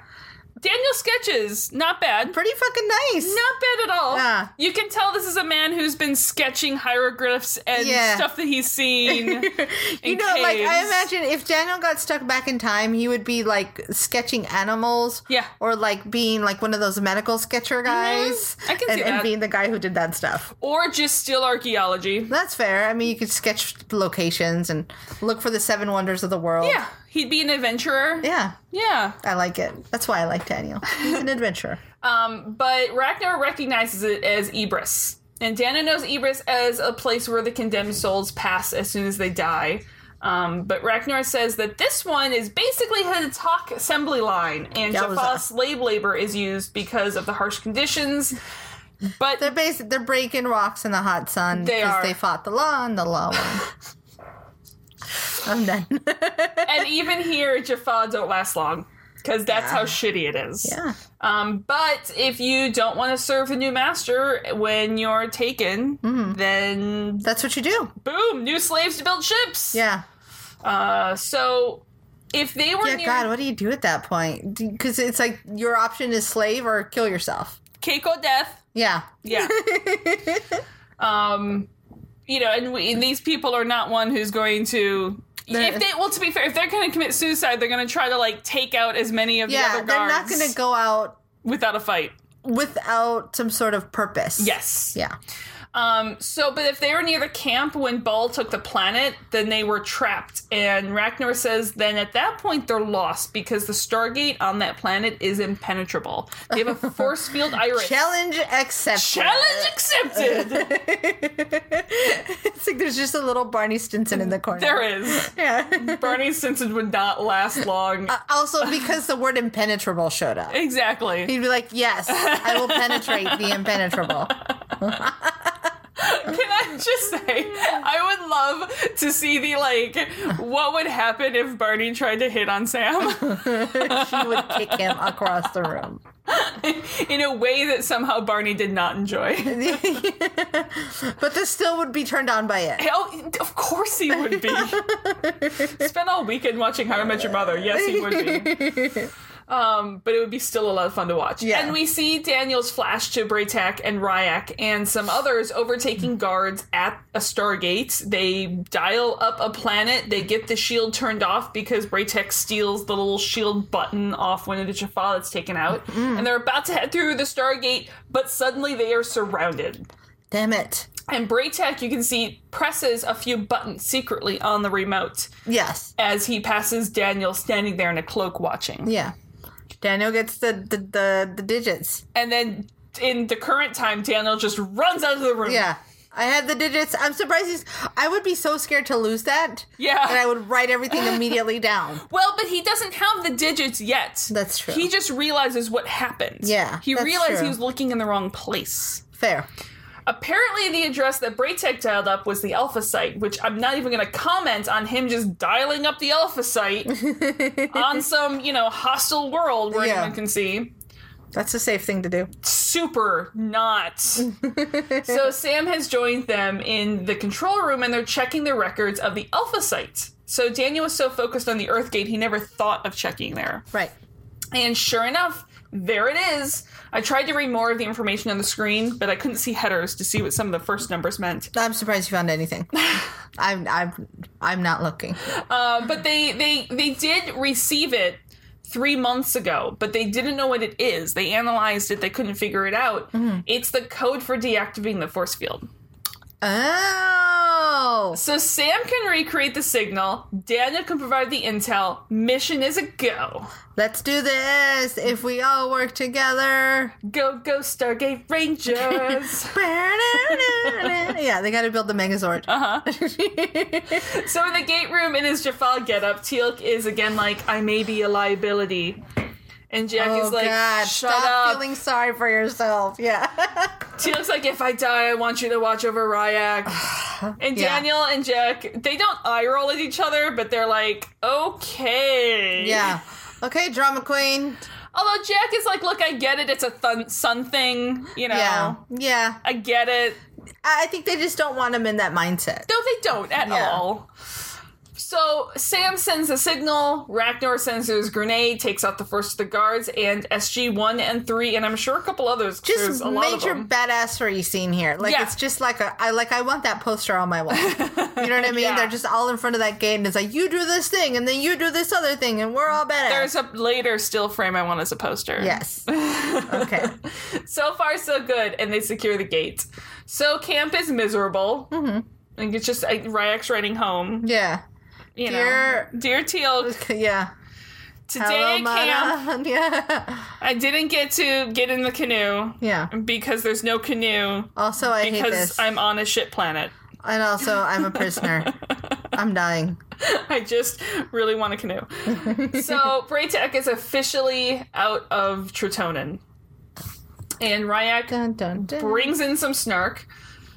Speaker 1: Daniel's sketches, not bad.
Speaker 2: Pretty fucking nice.
Speaker 1: Not bad at all.
Speaker 2: Yeah.
Speaker 1: You can tell this is a man who's been sketching hieroglyphs and
Speaker 2: Yeah.
Speaker 1: stuff that he's seen.
Speaker 2: You
Speaker 1: in
Speaker 2: know, like I
Speaker 1: caves.
Speaker 2: imagine if Daniel got stuck back in time, he would be like sketching animals.
Speaker 1: Yeah. Mm-hmm.
Speaker 2: Or like being like one of those medical sketcher guys.
Speaker 1: I can
Speaker 2: and,
Speaker 1: see
Speaker 2: and
Speaker 1: that.
Speaker 2: being the guy who did that stuff.
Speaker 1: Or just still archaeology.
Speaker 2: That's fair. I mean, you could sketch locations and look for the seven wonders of the world.
Speaker 1: Yeah. He'd be an adventurer.
Speaker 2: Yeah.
Speaker 1: Yeah.
Speaker 2: I like it. That's why I like Daniel. He's an adventurer.
Speaker 1: Um, but Ragnar recognizes it as Ebris. And Dana knows Ebris as a place where the condemned souls pass as soon as they die. Um, but Ragnar says that this one is basically his talk assembly line, and
Speaker 2: Yowza.
Speaker 1: Jaffa's slave labor is used because of the harsh conditions. But
Speaker 2: They're basic. They're breaking rocks in the hot sun
Speaker 1: They are.
Speaker 2: they fought the law and the law won. I'm done.
Speaker 1: and even here, Jaffa don't last long because that's how shitty it is.
Speaker 2: yeah.
Speaker 1: Um, but if you don't want to serve the new master when you're taken, then
Speaker 2: That's what you do.
Speaker 1: boom, new slaves to build ships.
Speaker 2: Yeah.
Speaker 1: Uh, so if they were
Speaker 2: Yeah,
Speaker 1: near
Speaker 2: God, what do you do at that point? Because it's like your option is slave or kill yourself.
Speaker 1: Keiko death,
Speaker 2: Yeah.
Speaker 1: yeah. um, you know, and, we, and these people are not one who's going to. If they well, to be fair, if they're going to commit suicide, they're going to try to like take out as many of the
Speaker 2: Yeah.
Speaker 1: other
Speaker 2: They're
Speaker 1: guards
Speaker 2: not going to go out
Speaker 1: without a fight.
Speaker 2: without some sort of purpose.
Speaker 1: Yes.
Speaker 2: Yeah.
Speaker 1: Um, so, but if they were near the camp when Ball took the planet, then they were trapped. And Ragnar says, then at that point they're lost because the Stargate on that planet is impenetrable. They have a force field iris.
Speaker 2: Challenge accepted.
Speaker 1: Challenge accepted.
Speaker 2: it's like there's just a little Barney Stinson in the corner.
Speaker 1: there is.
Speaker 2: Yeah.
Speaker 1: Bernie Stinson would not last long.
Speaker 2: Uh, also, because the word impenetrable showed up,
Speaker 1: exactly.
Speaker 2: he'd be like, "Yes, I will penetrate the impenetrable."
Speaker 1: Can I just say, I would love to see the like, what would happen if Barney tried to hit on Sam?
Speaker 2: She would kick him across the room.
Speaker 1: in a way that somehow Barney did not enjoy.
Speaker 2: but this still would be turned on by it.
Speaker 1: Oh, of course he would be. Spent all weekend watching How I Met Your Mother. Yes, he would be. Um, but it would be still a lot of fun to watch.
Speaker 2: Yeah.
Speaker 1: And we see Daniel's flash to Braytak and Ryak and some others overtaking guards at a Stargate. They dial up a planet. They get the shield turned off because Braytek steals the little shield button off one of the Jaffa that's taken out. And they're about to head through the Stargate, but suddenly they are surrounded.
Speaker 2: Damn it.
Speaker 1: And Braytek, you can see, presses a few buttons secretly on the remote
Speaker 2: Yes.
Speaker 1: as he passes Daniel standing there in a cloak watching.
Speaker 2: Yeah. Daniel gets the the, the, the digits.
Speaker 1: And then in the current time, Daniel just runs out of the room.
Speaker 2: Yeah. I had the digits. I'm surprised. He's, I would be so scared to lose that.
Speaker 1: Yeah.
Speaker 2: And I would write everything immediately down.
Speaker 1: Well, but he doesn't have the digits yet.
Speaker 2: That's true.
Speaker 1: He just realizes what happened.
Speaker 2: Yeah,
Speaker 1: He
Speaker 2: that's
Speaker 1: realized
Speaker 2: true.
Speaker 1: he was looking in the wrong place.
Speaker 2: Fair.
Speaker 1: Apparently, the address that Braytek dialed up was the Alpha site, which I'm not even going to comment on him just dialing up the Alpha site on some, you know, hostile world where
Speaker 2: Yeah.
Speaker 1: anyone can see.
Speaker 2: That's a safe thing to do.
Speaker 1: super not. so Sam has joined them in the control room and they're checking the records of the Alpha site. So Daniel was so focused on the Earth Gate, he never thought of checking there.
Speaker 2: Right.
Speaker 1: And sure enough, there it is. I tried to read more of the information on the screen, but I couldn't see headers to see what some of the first numbers meant.
Speaker 2: I'm surprised you found anything. I'm I'm I'm not looking.
Speaker 1: Uh, but they they they did receive it three months ago, but they didn't know what it is. They analyzed it. They couldn't figure it out. It's the code for deactivating the force field.
Speaker 2: Oh.
Speaker 1: So Sam can recreate the signal. Daniel can provide the intel. Mission is a go.
Speaker 2: Let's do this. If we all work together.
Speaker 1: Go, go, Stargate Rangers.
Speaker 2: yeah, they got to build the Megazord.
Speaker 1: so in the gate room, in his Jaffa getup, Teal'c is again like, "I may be a liability," and Jack
Speaker 2: Oh
Speaker 1: is like,
Speaker 2: God!
Speaker 1: "Shut
Speaker 2: Stop
Speaker 1: up."
Speaker 2: feeling sorry for yourself. Yeah.
Speaker 1: Teal'c's like, "If I die, I want you to watch over Ryak." and
Speaker 2: Yeah.
Speaker 1: Daniel and Jack, they don't eye roll at each other, but they're like, "Okay."
Speaker 2: yeah. Okay, drama queen.
Speaker 1: Although Jack is like, "Look, I get it. It's a thun- sun thing, you know."
Speaker 2: Yeah. Yeah.
Speaker 1: I get it.
Speaker 2: I I think they just don't want him in that mindset.
Speaker 1: No, they don't at
Speaker 2: Yeah.
Speaker 1: all. So Sam sends a signal. Ragnar sends his grenade, takes out the first of the guards, and SG one and three, and I'm sure a couple others. There's
Speaker 2: Just
Speaker 1: a lot of
Speaker 2: major
Speaker 1: them.
Speaker 2: badassery scene here. Like
Speaker 1: Yeah.
Speaker 2: it's just like a I like I want that poster on my wall. You know what I mean?
Speaker 1: Yeah.
Speaker 2: They're just all in front of that gate and it's like you do this thing and then you do this other thing and we're all badass.
Speaker 1: There's a later still frame I want as a poster.
Speaker 2: yes. okay.
Speaker 1: So far, so good, and they secure the gate. So camp is miserable. Mm-hmm. And it's just uh, Ryak's riding home.
Speaker 2: Yeah.
Speaker 1: You
Speaker 2: Dear-
Speaker 1: know, dear Teal,
Speaker 2: Yeah.
Speaker 1: today
Speaker 2: Hello,
Speaker 1: at camp
Speaker 2: Mana. Yeah.
Speaker 1: I didn't get to get in the canoe
Speaker 2: Yeah.
Speaker 1: because there's no canoe
Speaker 2: Also, I hate
Speaker 1: because
Speaker 2: this.
Speaker 1: I'm on a shit planet.
Speaker 2: and also, I'm a prisoner. I'm dying.
Speaker 1: I just really want a canoe. so Braytek is officially out of Tritonin. And Ryak
Speaker 2: Dun, dun, dun.
Speaker 1: brings in some snark.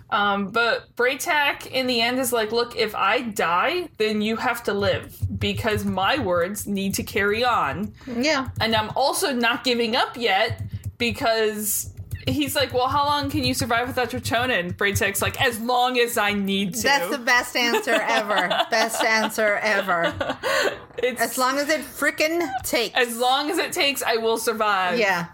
Speaker 1: Um, but Braytek in the end is like, look, if I die, then you have to live because my words need to carry on.
Speaker 2: yeah.
Speaker 1: And I'm also not giving up yet because he's like, well, how long can you survive without Tritonin? Braytek's like, as long as I need to.
Speaker 2: That's the best answer ever. best answer ever.
Speaker 1: It's-
Speaker 2: As long as it frickin' takes.
Speaker 1: As long as it takes, I will survive.
Speaker 2: yeah.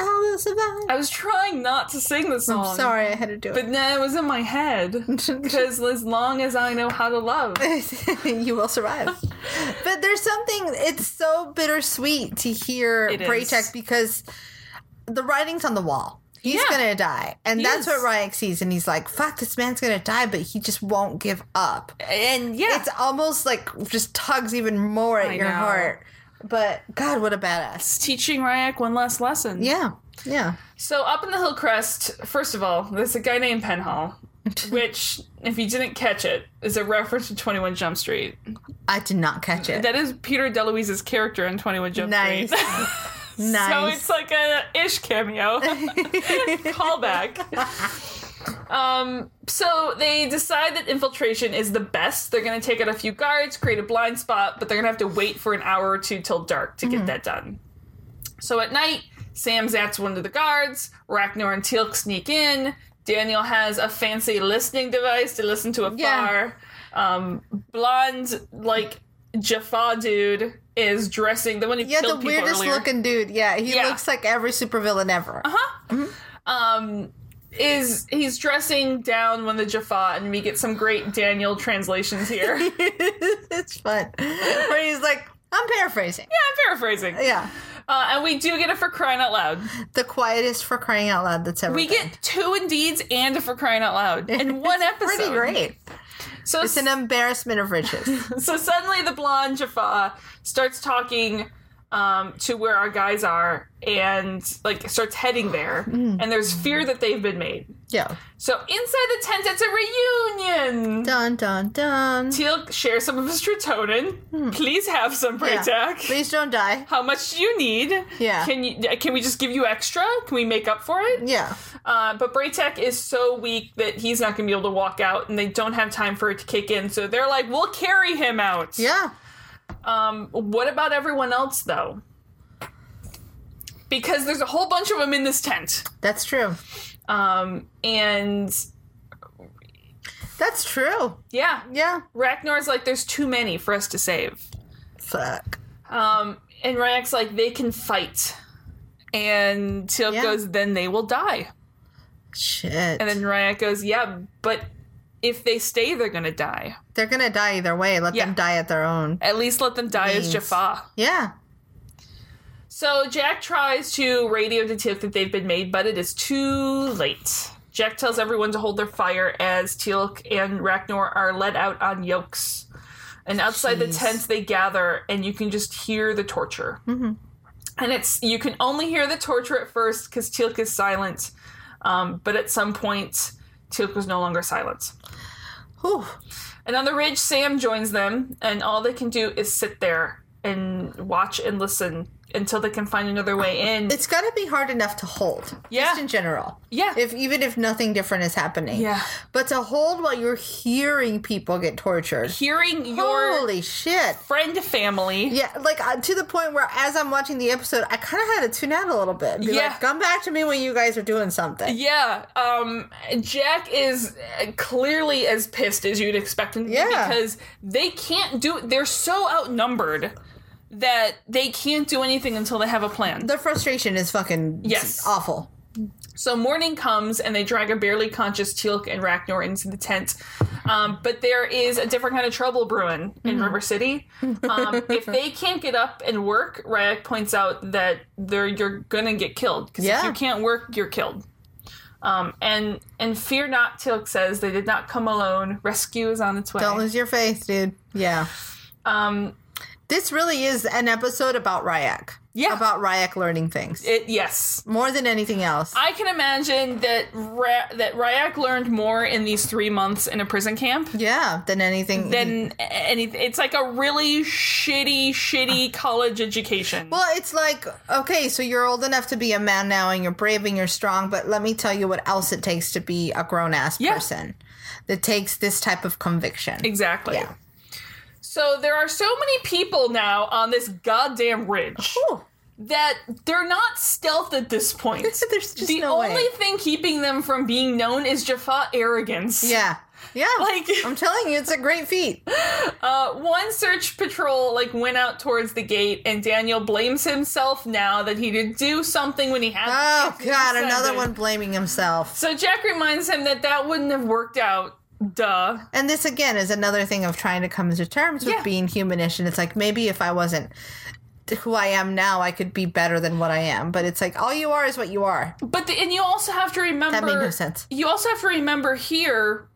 Speaker 2: I will survive.
Speaker 1: I was trying not to sing the song.
Speaker 2: I'm sorry I had to do
Speaker 1: Um, But then it was in my head. Because as long as I know how to love.
Speaker 2: it. you will survive. but there's something, it's so bittersweet to hear
Speaker 1: It is.
Speaker 2: Braytek because the writing's on the wall. He's
Speaker 1: Yeah.
Speaker 2: gonna die. And
Speaker 1: He
Speaker 2: that's
Speaker 1: is.
Speaker 2: what Ryan sees. And he's like, fuck, this man's gonna die, but he just won't give up.
Speaker 1: And yeah.
Speaker 2: It's almost like just tugs even more at
Speaker 1: I
Speaker 2: your
Speaker 1: know.
Speaker 2: heart. But God, what a badass.
Speaker 1: It's teaching Ryak one last lesson.
Speaker 2: Yeah. Yeah.
Speaker 1: So up in the hill crest, first of all, there's a guy named Penhall. which, if you didn't catch it, is a reference to 21 Jump Street.
Speaker 2: I did not catch it.
Speaker 1: That is Peter DeLuise's character in 21 Jump
Speaker 2: Nice.
Speaker 1: Street. So
Speaker 2: nice.
Speaker 1: it's like a ish cameo. Callback. Um, so they decide that infiltration is the best. They're going to take out a few guards, create a blind spot, but they're going to have to wait for an hour or two till dark to
Speaker 2: Mm-hmm.
Speaker 1: get that done. So at night, Sam zaps one of the guards. Ragnar and Teal'c sneak in. Daniel has a fancy listening device to listen to afar.
Speaker 2: Yeah.
Speaker 1: Um, blonde, like Jaffa dude, is dressing the one who
Speaker 2: yeah, the
Speaker 1: killed people
Speaker 2: weirdest
Speaker 1: earlier.
Speaker 2: looking dude. Yeah, he
Speaker 1: Yeah. Uh-huh.
Speaker 2: looks like every supervillain ever.
Speaker 1: um is he's dressing down when the Jaffa and we get some great Daniel translations here. yeah,
Speaker 2: it's fun. Where he's like, I'm paraphrasing.
Speaker 1: I'm paraphrasing.
Speaker 2: Yeah.
Speaker 1: Uh, and we do get a for crying out loud.
Speaker 2: The quietest for crying out loud that's ever
Speaker 1: We
Speaker 2: been.
Speaker 1: get two indeeds and a for crying out loud in one episode.
Speaker 2: pretty great.
Speaker 1: So
Speaker 2: It's an embarrassment of riches.
Speaker 1: so suddenly the blonde Jaffa starts talking um, to where our guys are and like starts heading there.
Speaker 2: Hmm.
Speaker 1: And there's fear that they've been made.
Speaker 2: Yeah.
Speaker 1: So inside the tent, it's a reunion.
Speaker 2: Dun dun dun.
Speaker 1: Teal shares some of his Tritonin. Please have some
Speaker 2: Hmm. Yeah.
Speaker 1: Praytac.
Speaker 2: Please don't die.
Speaker 1: How much do you need?
Speaker 2: Yeah.
Speaker 1: Can you? uh, Can we just give you extra? Can we make up for it?
Speaker 2: Yeah.
Speaker 1: Uh, but Braytek is so weak that he's not going to be able to walk out, and they don't have time for it to kick in. So they're like, "We'll carry him out."
Speaker 2: Yeah.
Speaker 1: Um, what about everyone else though? Because there's a whole bunch of them in this tent,
Speaker 2: That's true.
Speaker 1: um, and
Speaker 2: That's true.
Speaker 1: yeah,
Speaker 2: Yeah.
Speaker 1: Ragnar's like, "There's too many for us to save."
Speaker 2: Fuck.
Speaker 1: Um, and Renek's like, "They can fight," and Teal
Speaker 2: Yeah.
Speaker 1: goes, "Then they will die."
Speaker 2: Shit.
Speaker 1: And then Ryan goes, Yeah, but if they stay, they're going to die.
Speaker 2: They're gonna die either way. Let
Speaker 1: Yeah.
Speaker 2: them die at their own.
Speaker 1: At least let them die as
Speaker 2: Means.
Speaker 1: Jaffa.
Speaker 2: Yeah.
Speaker 1: So Jack tries to radio to Teal that they've been made, but it is too late. Jack tells everyone to hold their fire as Teal and Ragnar are let out on yokes. And outside the
Speaker 2: Jeez.
Speaker 1: tents, they gather, and you can just hear the torture. And it's you can only hear the torture at first because Teal'c is silent, um, but at some point, Teal'c was no longer silent.
Speaker 2: Whew.
Speaker 1: And on the ridge, Sam joins them, and all they can do is sit there and watch and listen until they can find another way in.
Speaker 2: It's gotta be hard enough to hold.
Speaker 1: Yeah.
Speaker 2: Just in general.
Speaker 1: yeah.
Speaker 2: If even if nothing different is happening.
Speaker 1: yeah.
Speaker 2: But to hold while you're hearing people get tortured.
Speaker 1: Hearing your
Speaker 2: Holy shit.
Speaker 1: friend family.
Speaker 2: Yeah, like uh, to the point where as I'm watching the episode, I kind of had to tune out a little bit. Be
Speaker 1: Yeah.
Speaker 2: like, come back to me when you guys are doing something.
Speaker 1: Yeah. Um, Jack is uh, clearly as pissed as you'd expect him to be
Speaker 2: Yeah.
Speaker 1: because they can't do They're so outnumbered that they can't do anything until they have a plan.
Speaker 2: The frustration is fucking
Speaker 1: Yes.
Speaker 2: awful.
Speaker 1: So morning comes and they drag a barely conscious Teal'c and Ragnar into the tent. Um, but there is a different kind of trouble brewing in
Speaker 2: Mm-hmm.
Speaker 1: River City. Um, if they can't get up and work, Ryak points out that they're you're gonna get killed because if
Speaker 2: Yeah.
Speaker 1: you can't work, you're killed. Um, and and fear not, Teal'c says they did not come alone. Rescue is on its way.
Speaker 2: Don't lose your faith, dude. Yeah.
Speaker 1: Um,
Speaker 2: This really is an episode about Ryak.
Speaker 1: Yeah.
Speaker 2: About Ryak learning things.
Speaker 1: it yes.
Speaker 2: More than anything else.
Speaker 1: I can imagine that Ra- that Ryak learned more in these three months in a prison camp
Speaker 2: yeah, than anything.
Speaker 1: than any it's like a really shitty shitty college education
Speaker 2: Ah. well, it's like, okay, so you're old enough to be a man now and you're brave and you're strong, but let me tell you what else it takes to be a grown ass
Speaker 1: Yeah.
Speaker 2: person that takes this type of conviction.
Speaker 1: exactly
Speaker 2: Yeah.
Speaker 1: so there are so many people now on this goddamn ridge
Speaker 2: Whew.
Speaker 1: that they're not stealth at this point
Speaker 2: There's just
Speaker 1: the
Speaker 2: no way.
Speaker 1: only thing keeping them from being known is jaffa arrogance
Speaker 2: Yeah. Yeah.
Speaker 1: Like-
Speaker 2: I'm telling you, it's a great feat.
Speaker 1: Uh, one search patrol like went out towards the gate, and Daniel blames himself now that he did do something when he had.
Speaker 2: Oh God, another
Speaker 1: Descended.
Speaker 2: one blaming himself.
Speaker 1: So Jack reminds him that that wouldn't have worked out. Duh.
Speaker 2: And this again is another thing of trying to come to terms with
Speaker 1: Yeah.
Speaker 2: being humanish. And it's like maybe if I wasn't who I am now, I could be better than what I am. But it's like all you are is what you are.
Speaker 1: But the, and you also have to remember
Speaker 2: That made no sense.
Speaker 1: You also have to remember here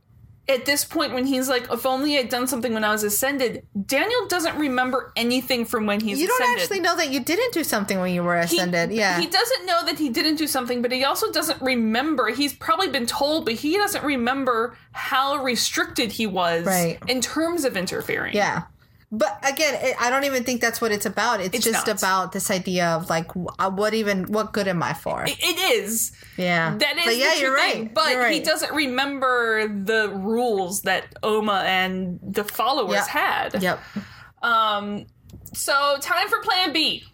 Speaker 1: at this point when he's like, if only I'd done something when I was ascended. Daniel doesn't remember anything from when he's
Speaker 2: You don't
Speaker 1: ascended.
Speaker 2: actually know that you didn't do something when you were
Speaker 1: He-
Speaker 2: ascended. yeah.
Speaker 1: He doesn't know that he didn't do something, but he also doesn't remember. He's probably been told, but he doesn't remember how restricted he was
Speaker 2: Right.
Speaker 1: in terms of interfering.
Speaker 2: yeah. But again, it, I don't even think that's what it's about. It's,
Speaker 1: It's
Speaker 2: just
Speaker 1: not.
Speaker 2: about this idea of like, wh- uh, what even, what good am I for?
Speaker 1: I- It is.
Speaker 2: yeah.
Speaker 1: That is
Speaker 2: But yeah,
Speaker 1: the
Speaker 2: you're
Speaker 1: true
Speaker 2: right.
Speaker 1: thing, But
Speaker 2: You're
Speaker 1: he
Speaker 2: right.
Speaker 1: doesn't remember the rules that Oma and the followers
Speaker 2: Yep.
Speaker 1: had.
Speaker 2: Yep.
Speaker 1: Um, so time for plan B.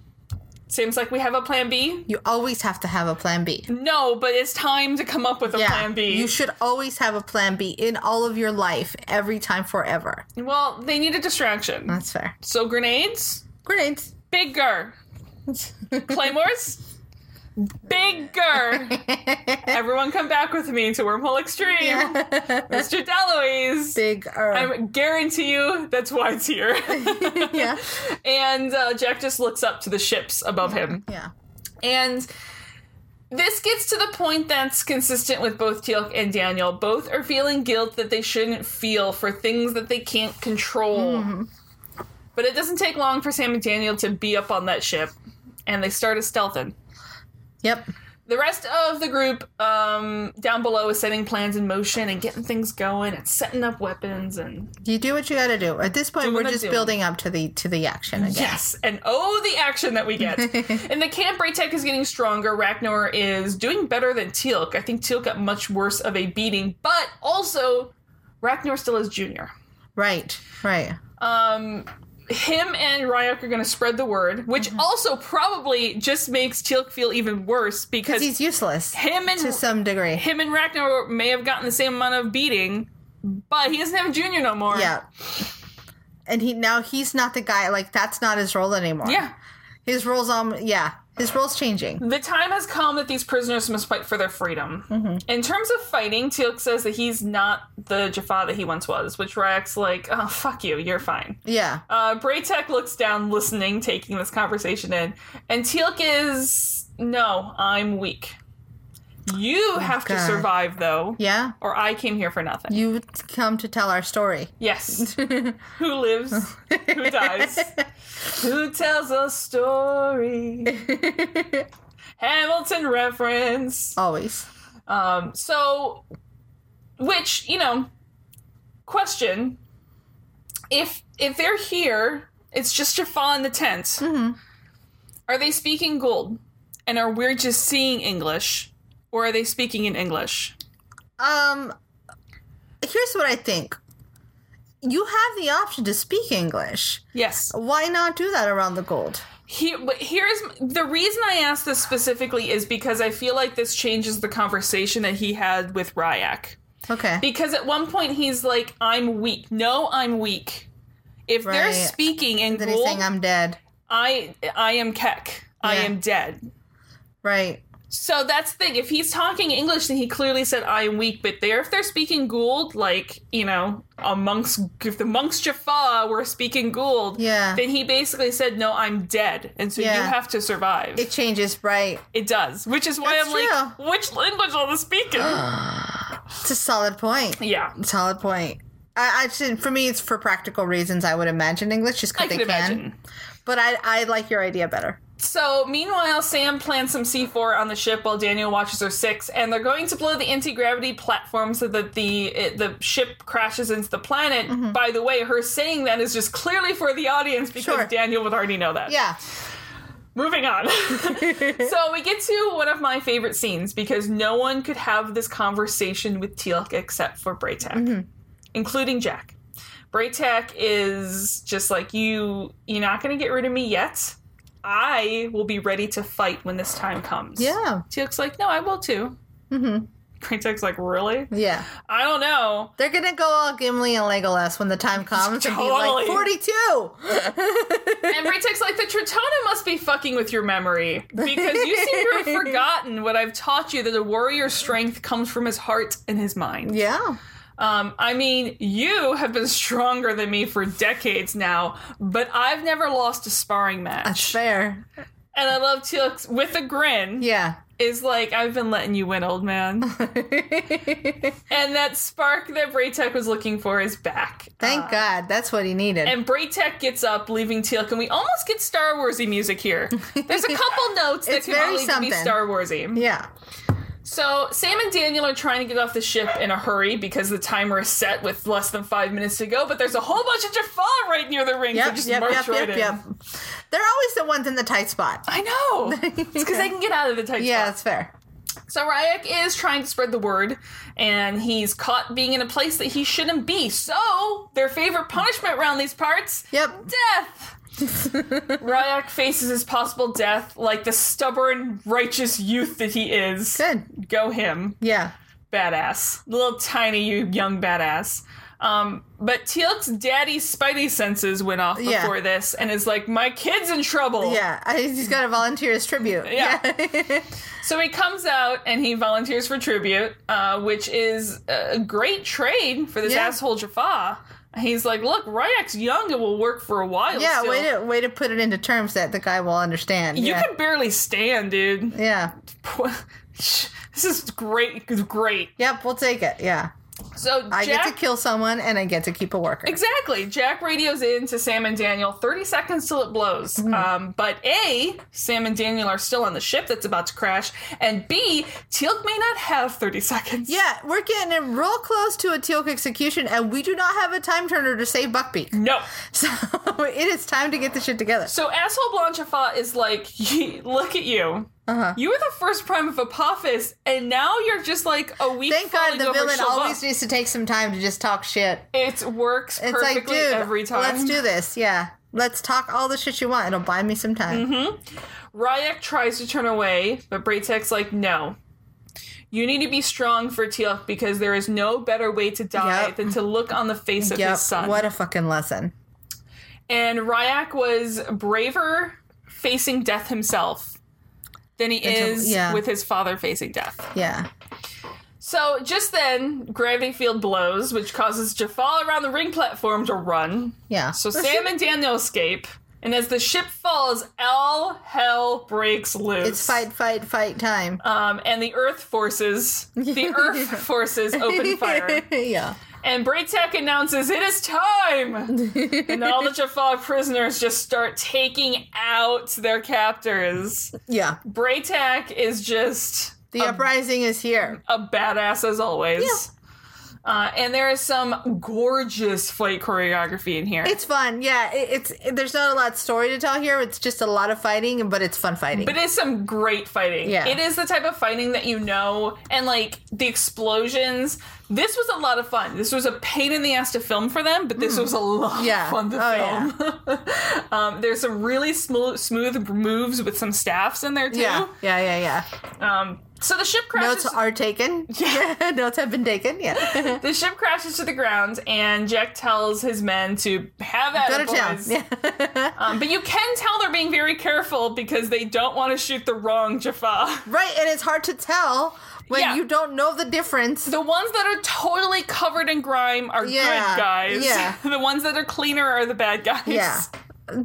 Speaker 1: Seems like we have a plan B.
Speaker 2: You always have to have a plan B.
Speaker 1: No, but it's time to come up with a plan B.
Speaker 2: You should always have a plan B in all of your life, every time, forever.
Speaker 1: well, they need a distraction.
Speaker 2: That's fair.
Speaker 1: So grenades,
Speaker 2: Grenades.
Speaker 1: bigger. Claymores, bigger. Everyone come back with me to Wormhole Extreme. Mr. DeLuise.
Speaker 2: Big
Speaker 1: I
Speaker 2: er.
Speaker 1: guarantee you that's why it's here.
Speaker 2: Yeah.
Speaker 1: and uh, Jack just looks up to the ships above him.
Speaker 2: Yeah.
Speaker 1: And this gets to the point that's consistent with both Teal'c and Daniel. Both are feeling guilt that they shouldn't feel for things that they can't control. But it doesn't take long for Sam and Daniel to be up on that ship, and they start a stealthing.
Speaker 2: Yep.
Speaker 1: The rest of the group um, down below is setting plans in motion and getting things going and setting up weapons and
Speaker 2: You do what you got to do. At this point,
Speaker 1: Do
Speaker 2: we're
Speaker 1: what I
Speaker 2: just
Speaker 1: do.
Speaker 2: building up to the to the action again.
Speaker 1: Yes, and oh, the action that we get. In the camp, Raytek is getting stronger. Ragnar is doing better than Teal'c. I think Teal'c got much worse of a beating, but also Ragnar still is junior.
Speaker 2: Right. Right.
Speaker 1: Um, him and Ryok are going to spread the word, which
Speaker 2: Mm-hmm.
Speaker 1: also probably just makes Teal'c feel even worse because
Speaker 2: He's useless
Speaker 1: him and
Speaker 2: to some degree.
Speaker 1: him and Ragnar may have gotten the same amount of beating, but he doesn't have a junior no more.
Speaker 2: Yeah. And he now he's not the guy. Like that's not his role anymore.
Speaker 1: yeah. Mm-hmm.
Speaker 2: His role's um. Yeah. His role's changing.
Speaker 1: The time has come that these prisoners must fight for their freedom.
Speaker 2: Mm-hmm.
Speaker 1: In terms of fighting, Teal'c says that he's not the Jaffa that he once was, which Ryak's like, oh, fuck you, you're fine.
Speaker 2: Yeah.
Speaker 1: Uh, Braytek looks down, listening, taking this conversation in, and Teal'c is, no, I'm weak. You have to
Speaker 2: Oh, God.
Speaker 1: survive, though,
Speaker 2: Yeah.
Speaker 1: or I came here for nothing.
Speaker 2: You come to tell our story.
Speaker 1: Yes. who lives? Who dies? who tells a story? Hamilton reference.
Speaker 2: Always.
Speaker 1: Um, so, which you know, question: if if they're here, it's just Jaffa in the tent.
Speaker 2: Mm-hmm.
Speaker 1: Are they speaking gold, and are we just seeing English, or are they speaking in English?
Speaker 2: Um, here's what I think. You have the option to speak English.
Speaker 1: Yes.
Speaker 2: Why not do that around the gold?
Speaker 1: Here, but here's the reason I asked this specifically is because I feel like this changes the conversation that he had with Ryak.
Speaker 2: Okay.
Speaker 1: Because at one point he's like, "I'm weak." No, I'm weak. If they're
Speaker 2: Right.
Speaker 1: speaking in
Speaker 2: then
Speaker 1: gold,
Speaker 2: he's saying I'm dead.
Speaker 1: I I am Keck. I
Speaker 2: Yeah.
Speaker 1: am dead.
Speaker 2: Right.
Speaker 1: So that's the thing. If he's talking English, then he clearly said I am weak. But there, if they're speaking Gould, like you know, amongst if the monks Jaffa were speaking Gould,
Speaker 2: Yeah.
Speaker 1: then he basically said, "No, I'm dead," and so you
Speaker 2: Yeah.
Speaker 1: have to survive.
Speaker 2: It changes right.
Speaker 1: It does, which is why
Speaker 2: That's
Speaker 1: I'm like, which language are they speaking?
Speaker 2: It's a solid point.
Speaker 1: yeah,
Speaker 2: Solid point. I, I should, for me, it's for practical reasons. I would imagine English just
Speaker 1: I
Speaker 2: because
Speaker 1: can
Speaker 2: they can.
Speaker 1: imagine.
Speaker 2: But I, I like your idea better.
Speaker 1: So, meanwhile, Sam plants some C4 on the ship while Daniel watches her six, and they're going to blow the anti gravity platform so that the it, the ship crashes into the planet. By the way, her saying that is just clearly for the audience because
Speaker 2: Sure.
Speaker 1: Daniel would already know that.
Speaker 2: Yeah.
Speaker 1: Moving on. so, we get to one of my favorite scenes because no one could have this conversation with Teal'c except for Braytek, including Jack. Braytek is just like, you, you're not going to get rid of me yet. I will be ready to fight when this time comes.
Speaker 2: Yeah.
Speaker 1: Teal'c's like, no, I will too. Mm-hmm. Braytek's like, really?
Speaker 2: Yeah.
Speaker 1: I don't know.
Speaker 2: They're going to go all Gimli and Legolas when the time comes
Speaker 1: Totally.
Speaker 2: and be like 42.
Speaker 1: And Braytek's like, the Tritona must be fucking with your memory because you seem to have forgotten what I've taught you that a warrior's strength comes from his heart and his mind.
Speaker 2: Yeah.
Speaker 1: Um, I mean, you have been stronger than me for decades now, but I've never lost a sparring match.
Speaker 2: That's fair.
Speaker 1: And I love Teal'c with a grin
Speaker 2: Yeah.
Speaker 1: is like, I've been letting you win, old man. and that spark that Braytek was looking for is back.
Speaker 2: Thank
Speaker 1: Uh,
Speaker 2: God. That's what he needed.
Speaker 1: And Braytek gets up, leaving Teal'c, and we almost get Star Warsy music here. There's a couple notes that
Speaker 2: It's
Speaker 1: can
Speaker 2: very
Speaker 1: only be
Speaker 2: something.
Speaker 1: Star Warsy.
Speaker 2: yeah.
Speaker 1: So Sam and Daniel are trying to get off the ship in a hurry because the timer is set with less than five minutes to go. But there's a whole bunch of Jaffa right near the ring. so
Speaker 2: Yep.
Speaker 1: just
Speaker 2: Yep.
Speaker 1: march
Speaker 2: Yep.
Speaker 1: right
Speaker 2: Yep.
Speaker 1: in.
Speaker 2: Yep. They're always the ones in the tight spot.
Speaker 1: I know. it's because they can get out of the tight
Speaker 2: Yeah,
Speaker 1: spot.
Speaker 2: that's fair.
Speaker 1: So Ryak is trying to spread the word, and he's caught being in a place that he shouldn't be. So their favorite punishment around these parts,
Speaker 2: Yep.
Speaker 1: death. Ryak faces his possible death like the stubborn, righteous youth that he is.
Speaker 2: Good.
Speaker 1: Go him,
Speaker 2: Yeah.
Speaker 1: badass, little tiny you young badass. Um, but Teal'c's daddy's spidey senses went off
Speaker 2: Yeah.
Speaker 1: before this, and is like, "My kid's in trouble."
Speaker 2: Yeah. I- He's got to volunteer his tribute.
Speaker 1: Yeah. So he comes out and he volunteers for tribute, uh, which is a great trade for this
Speaker 2: Yeah.
Speaker 1: asshole Jaffa. He's like, look, Ryak's young and will work for a while.
Speaker 2: Yeah,
Speaker 1: still.
Speaker 2: way to way to put it into terms that the guy will understand.
Speaker 1: You
Speaker 2: yeah.
Speaker 1: can barely stand, dude.
Speaker 2: yeah.
Speaker 1: This is great. Great.
Speaker 2: Yep, we'll take it. Yeah.
Speaker 1: So
Speaker 2: I get to
Speaker 1: Jack
Speaker 2: kill someone and I get to keep a worker.
Speaker 1: Exactly. Jack radios in to Sam and Daniel 30 seconds till it blows.
Speaker 2: Mm.
Speaker 1: Um, but A, Sam and Daniel are still on the ship that's about to crash. And B, Teal'c may not have 30 seconds.
Speaker 2: Yeah, we're getting it real close to a Teal'c execution, and we do not have a time turner to save Buckbeak.
Speaker 1: No.
Speaker 2: So it is time to get this shit together.
Speaker 1: So asshole Blanchefat is like, "Ye- look at you. Uh-huh. You were the first prime of Apophis, and now you're just like a weak.
Speaker 2: Thank God
Speaker 1: falling
Speaker 2: the
Speaker 1: over
Speaker 2: villain
Speaker 1: Shabbat.
Speaker 2: always needs to take some time to just talk shit.
Speaker 1: It works
Speaker 2: It's like,
Speaker 1: perfectly
Speaker 2: dude,
Speaker 1: every time.
Speaker 2: let's do this. Yeah, let's talk all the shit you want. It'll buy me some time.
Speaker 1: Mm-hmm. Ryak tries to turn away, but Braytek's like, no. You need to be strong for Teal'c because there is no better way to die
Speaker 2: Yep.
Speaker 1: than to look on the face of
Speaker 2: Yep.
Speaker 1: his son.
Speaker 2: What a fucking lesson.
Speaker 1: and Ryak was braver facing death himself than he
Speaker 2: to-
Speaker 1: is
Speaker 2: yeah.
Speaker 1: with his father facing death.
Speaker 2: Yeah.
Speaker 1: So just then, gravity field blows, which causes Jafal around the ring platform to run.
Speaker 2: Yeah.
Speaker 1: So Sam and Daniel escape, and as the ship falls, all hell breaks loose.
Speaker 2: It's fight, fight, fight time.
Speaker 1: Um, and the Earth forces, the Earth forces open fire.
Speaker 2: yeah.
Speaker 1: And Braytek announces, it is time! and all the Jaffa prisoners just start taking out their captors.
Speaker 2: Yeah.
Speaker 1: Braytek is just
Speaker 2: The uprising is here.
Speaker 1: a badass as always. Uh, and there is some gorgeous fight choreography in here.
Speaker 2: It's fun. Yeah. It, it's it- there's not a lot of story to tell here. It's just a lot of fighting, but it's fun fighting.
Speaker 1: But it is some great fighting.
Speaker 2: Yeah.
Speaker 1: It is the type of fighting that you know, and like the explosions. This was a lot of fun. This was a pain in the ass to film for them, but this was a lot
Speaker 2: Hmm. Yeah.
Speaker 1: of fun to
Speaker 2: Oh,
Speaker 1: film. um, there's some really smooth, smooth moves with some staffs in there too.
Speaker 2: yeah. Yeah. Yeah. Yeah.
Speaker 1: Um, so the ship crashes.
Speaker 2: Notes are taken. Yeah. Notes have been taken. Yeah.
Speaker 1: the ship crashes to the ground, and Jack tells his men to have at
Speaker 2: Go
Speaker 1: it,
Speaker 2: to town.
Speaker 1: boys.
Speaker 2: Yeah.
Speaker 1: Um, but you can tell they're being very careful because they don't want to shoot the wrong Jaffa.
Speaker 2: Right. And it's hard to tell when
Speaker 1: Yeah.
Speaker 2: you don't know the difference.
Speaker 1: The ones that are totally covered in grime are
Speaker 2: Yeah,
Speaker 1: good guys.
Speaker 2: yeah.
Speaker 1: The ones that are cleaner are the bad guys.
Speaker 2: yeah.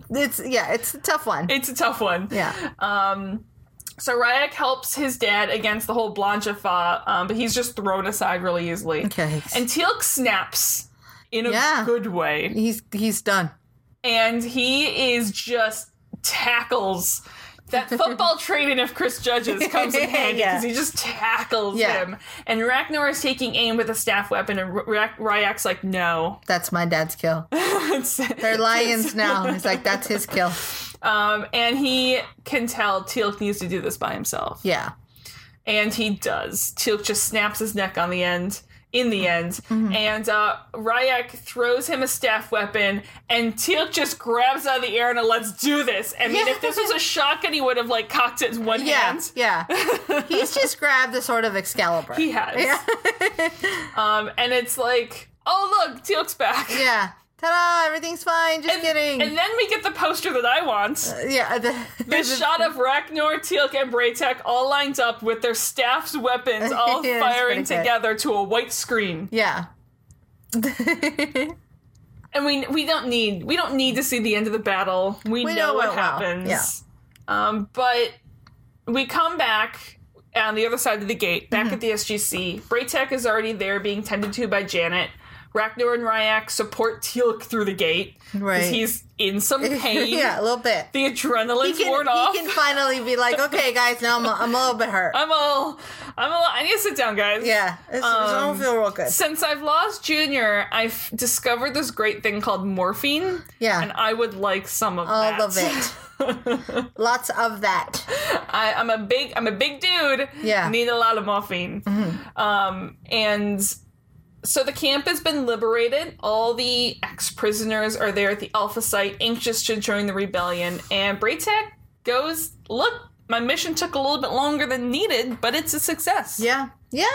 Speaker 2: It's yeah. It's a tough one.
Speaker 1: It's a tough one.
Speaker 2: yeah.
Speaker 1: So Ryak helps his dad against the whole Blanchefa, um, but he's just thrown aside really easily.
Speaker 2: Okay.
Speaker 1: And Teal'c snaps in a
Speaker 2: Yeah.
Speaker 1: good way.
Speaker 2: He's he's done.
Speaker 1: And he is just tackles. That football training of Chris Judge's comes in handy
Speaker 2: Yeah.
Speaker 1: because he just tackles
Speaker 2: Yeah.
Speaker 1: him. And Ragnar is taking aim with a staff weapon, and R- Ryak's like, no.
Speaker 2: That's my dad's kill. They're lions now. He's like, that's his kill.
Speaker 1: Um, and he can tell Teal'c needs to do this by himself.
Speaker 2: Yeah.
Speaker 1: And he does. Teal'c just snaps his neck on the end, in the end.
Speaker 2: Mm-hmm.
Speaker 1: And uh, Ryak throws him a staff weapon, and Teal'c just grabs out of the air and a, let's do this. I mean,
Speaker 2: Yeah.
Speaker 1: if this was a shotgun, he would have, like, cocked it in one
Speaker 2: Yeah.
Speaker 1: hand.
Speaker 2: Yeah. He's just grabbed a sort of Excalibur.
Speaker 1: He has. um, and it's like, oh, look, Teal'c's back.
Speaker 2: yeah. Ta-da! Everything's fine. Just kidding. Uh,
Speaker 1: And then we get the poster that I want.
Speaker 2: yeah. The,
Speaker 1: The shot of Ragnar, Teal'c, and Braytek all lined up with their staff's weapons all
Speaker 2: Yeah, it's
Speaker 1: firing
Speaker 2: pretty good.
Speaker 1: together to a white screen.
Speaker 2: Yeah.
Speaker 1: And we we don't need we don't need to see the end of the battle. We,
Speaker 2: We
Speaker 1: know,
Speaker 2: know
Speaker 1: what
Speaker 2: it well.
Speaker 1: happens.
Speaker 2: Yeah.
Speaker 1: Um, but we come back on the other side of the gate,
Speaker 2: Mm-hmm.
Speaker 1: back at the SGC. Braytek is already there, being tended to by Janet. Ragnar and Ryak support Teal'c through the gate because
Speaker 2: Right.
Speaker 1: he's in some pain.
Speaker 2: yeah, a little bit.
Speaker 1: The
Speaker 2: He
Speaker 1: adrenaline's
Speaker 2: can,
Speaker 1: worn
Speaker 2: he
Speaker 1: off. Um,
Speaker 2: can finally be like, okay, guys, now I'm, I'm a little bit hurt.
Speaker 1: I'm all, I'm all, I need to sit down, guys.
Speaker 2: yeah, it's, it's- I don't feel real good.
Speaker 1: Since I've lost Junior, I've discovered this great thing called morphine.
Speaker 2: Yeah.
Speaker 1: And I would like some of
Speaker 2: All
Speaker 1: that.
Speaker 2: of it. Lots of that.
Speaker 1: I, I'm a big, I'm a big dude.
Speaker 2: Yeah. Mm-hmm.
Speaker 1: Need a lot of morphine. Um, and so the camp has been liberated. All the ex-prisoners are there at the Alpha site, anxious to join the rebellion. And Braytek goes, "Look, my mission took a little bit longer than needed, but it's a success."
Speaker 2: Yeah. Yeah.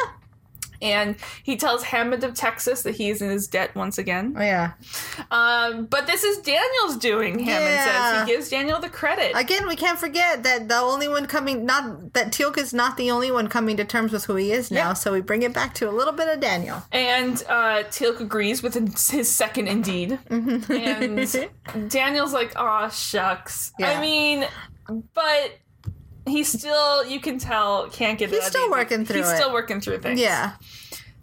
Speaker 1: And he tells Hammond of Texas that he is in his debt once again.
Speaker 2: Oh, yeah.
Speaker 1: Um, but this is Daniel's doing, Hammond
Speaker 2: Yeah.
Speaker 1: says. He gives Daniel the credit.
Speaker 2: Again, we can't forget that the only one coming, not that Teal'c is not the only one coming to terms with who he is now.
Speaker 1: Yeah.
Speaker 2: So we bring it back to a little bit of Daniel.
Speaker 1: and uh, Teal'c agrees with his second indeed.
Speaker 2: Mm-hmm.
Speaker 1: And Daniel's like, aw, shucks.
Speaker 2: Yeah.
Speaker 1: I mean, but he still, you can tell, can't get
Speaker 2: He's
Speaker 1: it out
Speaker 2: still
Speaker 1: either.
Speaker 2: working through
Speaker 1: He's
Speaker 2: it.
Speaker 1: still working through things.
Speaker 2: Yeah.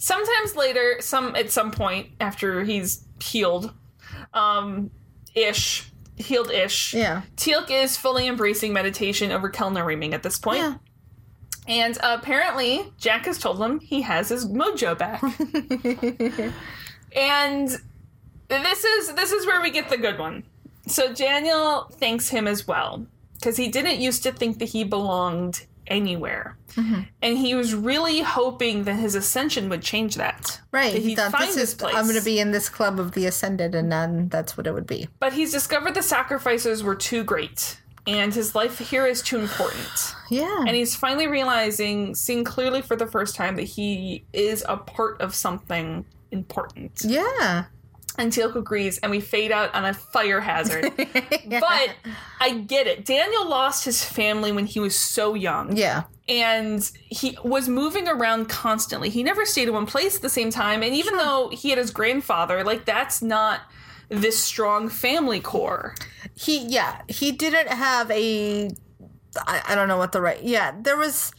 Speaker 1: Sometimes later, some at some point after he's healed, um, ish, healed ish.
Speaker 2: Yeah.
Speaker 1: Teal'c is fully embracing meditation over Kelner reaming at this point.
Speaker 2: Yeah.
Speaker 1: And apparently, Jack has told him he has his mojo back. and this is this is where we get the good one. So Daniel thanks him as well because he didn't used to think that he belonged anywhere, and he was really hoping that his ascension would change that.
Speaker 2: Right.
Speaker 1: Did
Speaker 2: He,
Speaker 1: he
Speaker 2: thought
Speaker 1: find
Speaker 2: this
Speaker 1: his
Speaker 2: is
Speaker 1: place?
Speaker 2: I'm gonna be in this club of the ascended and then that's what it would be.
Speaker 1: But he's discovered the sacrifices were too great, and his life here is too important.
Speaker 2: Yeah.
Speaker 1: And he's finally realizing, seeing clearly for the first time, that he is a part of something important.
Speaker 2: yeah.
Speaker 1: And Teal'c agrees, and we fade out on a fire hazard. but I get it. Daniel lost his family when he was so young,
Speaker 2: Yeah.
Speaker 1: and he was moving around constantly. He never stayed in one place at the same time. And even though he had his grandfather, like that's not this strong family core.
Speaker 2: He yeah, he didn't have a I, I don't know what the right yeah, there was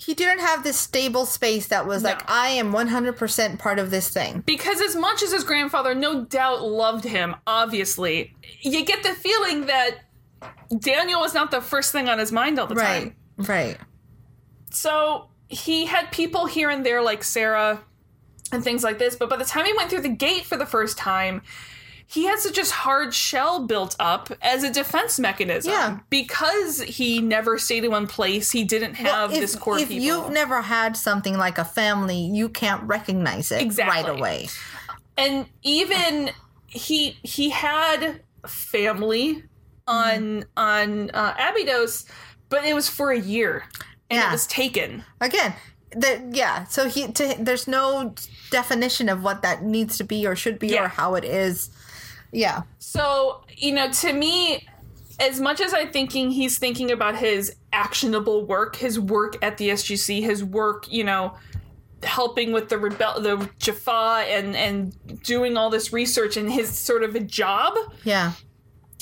Speaker 2: he didn't have this stable space that was
Speaker 1: No.
Speaker 2: like I am 100% part of this thing.
Speaker 1: Because as much as his grandfather no doubt loved him, obviously, you get the feeling that Daniel was not the first thing on his mind all the time.
Speaker 2: Right. Right.
Speaker 1: So he had people here and there like Sarah and things like this, but by the time he went through the gate for the first time, he had such a hard shell built up as a defense mechanism.
Speaker 2: Yeah.
Speaker 1: Because he never stayed in one place, he didn't have this core
Speaker 2: if
Speaker 1: people.
Speaker 2: you've never had something like a family, you can't recognize it
Speaker 1: Exactly.
Speaker 2: right away.
Speaker 1: and even he he had family on on uh, Abydos, but it was for a year and
Speaker 2: Yeah.
Speaker 1: it was taken.
Speaker 2: Again, the, yeah. So he to, there's no definition of what that needs to be or should be
Speaker 1: Yeah.
Speaker 2: or how it is. Yeah.
Speaker 1: So, you know, to me, as much as I'm thinking he's thinking about his actionable work, his work at the SGC, his work, you know, helping with the rebel the Jaffa and and doing all this research and his sort of a job,
Speaker 2: Yeah.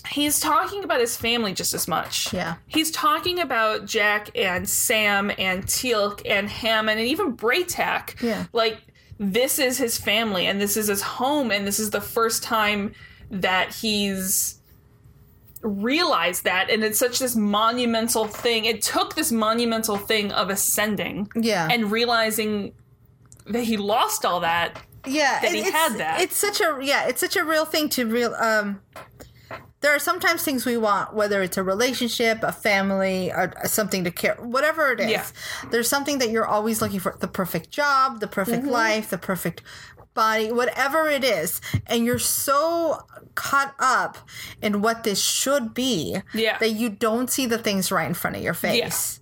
Speaker 1: he's talking about his family just as much.
Speaker 2: Yeah.
Speaker 1: He's talking about Jack and Sam and Teal'c and Hammond and even Braytac.
Speaker 2: Yeah.
Speaker 1: Like this is his family and this is his home and this is the first time that he's realized that and it's such this monumental thing. It took this monumental thing of ascending
Speaker 2: Yeah.
Speaker 1: and realizing that he lost all that.
Speaker 2: yeah
Speaker 1: that he
Speaker 2: it's,
Speaker 1: had that.
Speaker 2: it's such a yeah it's such a real thing to real um there are sometimes things we want whether it's a relationship a family or something to care whatever it is
Speaker 1: Yeah.
Speaker 2: there's something that you're always looking for the perfect job the perfect
Speaker 1: Mm-hmm.
Speaker 2: life the perfect body whatever it is and you're so caught up in what this should be
Speaker 1: Yeah.
Speaker 2: that you don't see the things right in front of your face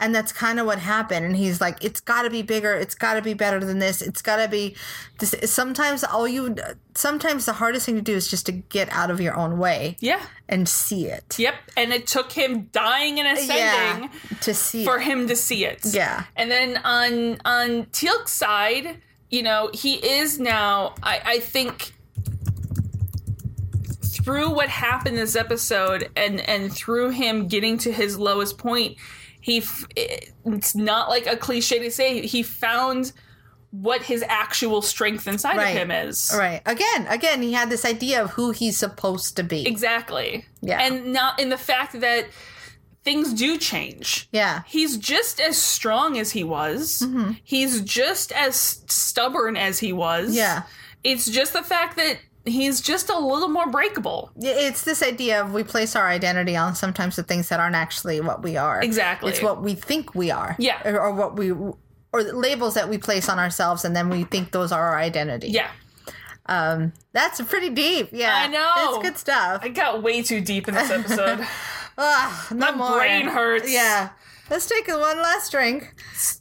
Speaker 2: and that's kind of what happened. And he's like, it's got to be bigger. It's got to be better than this. It's got to be this. Sometimes all you, sometimes the hardest thing to do is just to get out of your own way
Speaker 1: Yeah.
Speaker 2: and see it.
Speaker 1: Yep. And it took him dying and ascending.
Speaker 2: Yeah. To see
Speaker 1: for
Speaker 2: it.
Speaker 1: him to see it.
Speaker 2: Yeah.
Speaker 1: And then on on Teal'c's side, you know, he is now. I, I think through what happened this episode, and and through him getting to his lowest point, he f- it's not like a cliche to say he found what his actual strength inside
Speaker 2: Right.
Speaker 1: of him is.
Speaker 2: Right. Again, again, he had this idea of who he's supposed to be.
Speaker 1: Exactly.
Speaker 2: Yeah.
Speaker 1: And not in the fact that things do change.
Speaker 2: Yeah.
Speaker 1: He's just as strong as he was.
Speaker 2: Mm-hmm.
Speaker 1: He's just as stubborn as he was.
Speaker 2: Yeah.
Speaker 1: It's just the fact that he's just a little more breakable.
Speaker 2: It's this idea of we place our identity on sometimes the things that aren't actually what we are.
Speaker 1: Exactly.
Speaker 2: It's what we think we are.
Speaker 1: Yeah.
Speaker 2: Or, or what we, or labels that we place on ourselves and then we think those are our identity. Um,
Speaker 1: Yeah.
Speaker 2: That's pretty deep. Yeah,
Speaker 1: I know.
Speaker 2: That's good stuff.
Speaker 1: I got way too deep in this episode.
Speaker 2: Ugh, no
Speaker 1: My
Speaker 2: more.
Speaker 1: brain hurts.
Speaker 2: Yeah. Let's take one last drink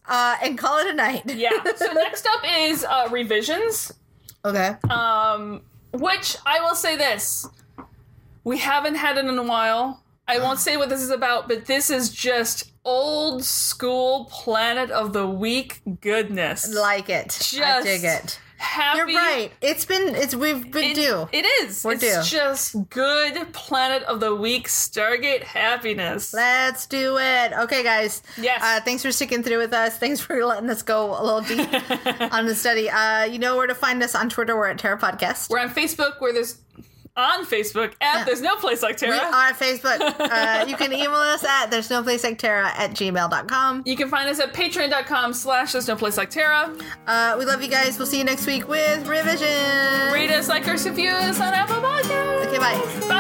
Speaker 2: uh, and call it a night.
Speaker 1: yeah. So next up is uh, revisions,
Speaker 2: Okay.
Speaker 1: um, which I will say this: we haven't had it in a while. I won't say what this is about, but this is just old school Planet of the Week goodness.
Speaker 2: like it. I
Speaker 1: just-
Speaker 2: dig it.
Speaker 1: happy.
Speaker 2: You're right. It's been it's we've been
Speaker 1: It-
Speaker 2: due.
Speaker 1: It is.
Speaker 2: We're
Speaker 1: it's
Speaker 2: due.
Speaker 1: just good planet of the week Stargate happiness.
Speaker 2: Let's do it. Okay, guys.
Speaker 1: Yes.
Speaker 2: Uh, thanks for sticking through with us. Thanks for letting us go a little deep on the study. Uh, you know where to find us on Twitter. We're at Terra Podcast.
Speaker 1: We're on Facebook where there's on Facebook at there's no place like Terra.
Speaker 2: We are Facebook. Uh, you can email us at there's no place like Terra at gmail.com.
Speaker 1: you can find us at patreon.com slash there's no place like Terra.
Speaker 2: Uh, we love you guys. We'll see you next week with Revision.
Speaker 1: Rate us, like, or review us on Apple Podcasts.
Speaker 2: Okay, bye.
Speaker 1: Bye.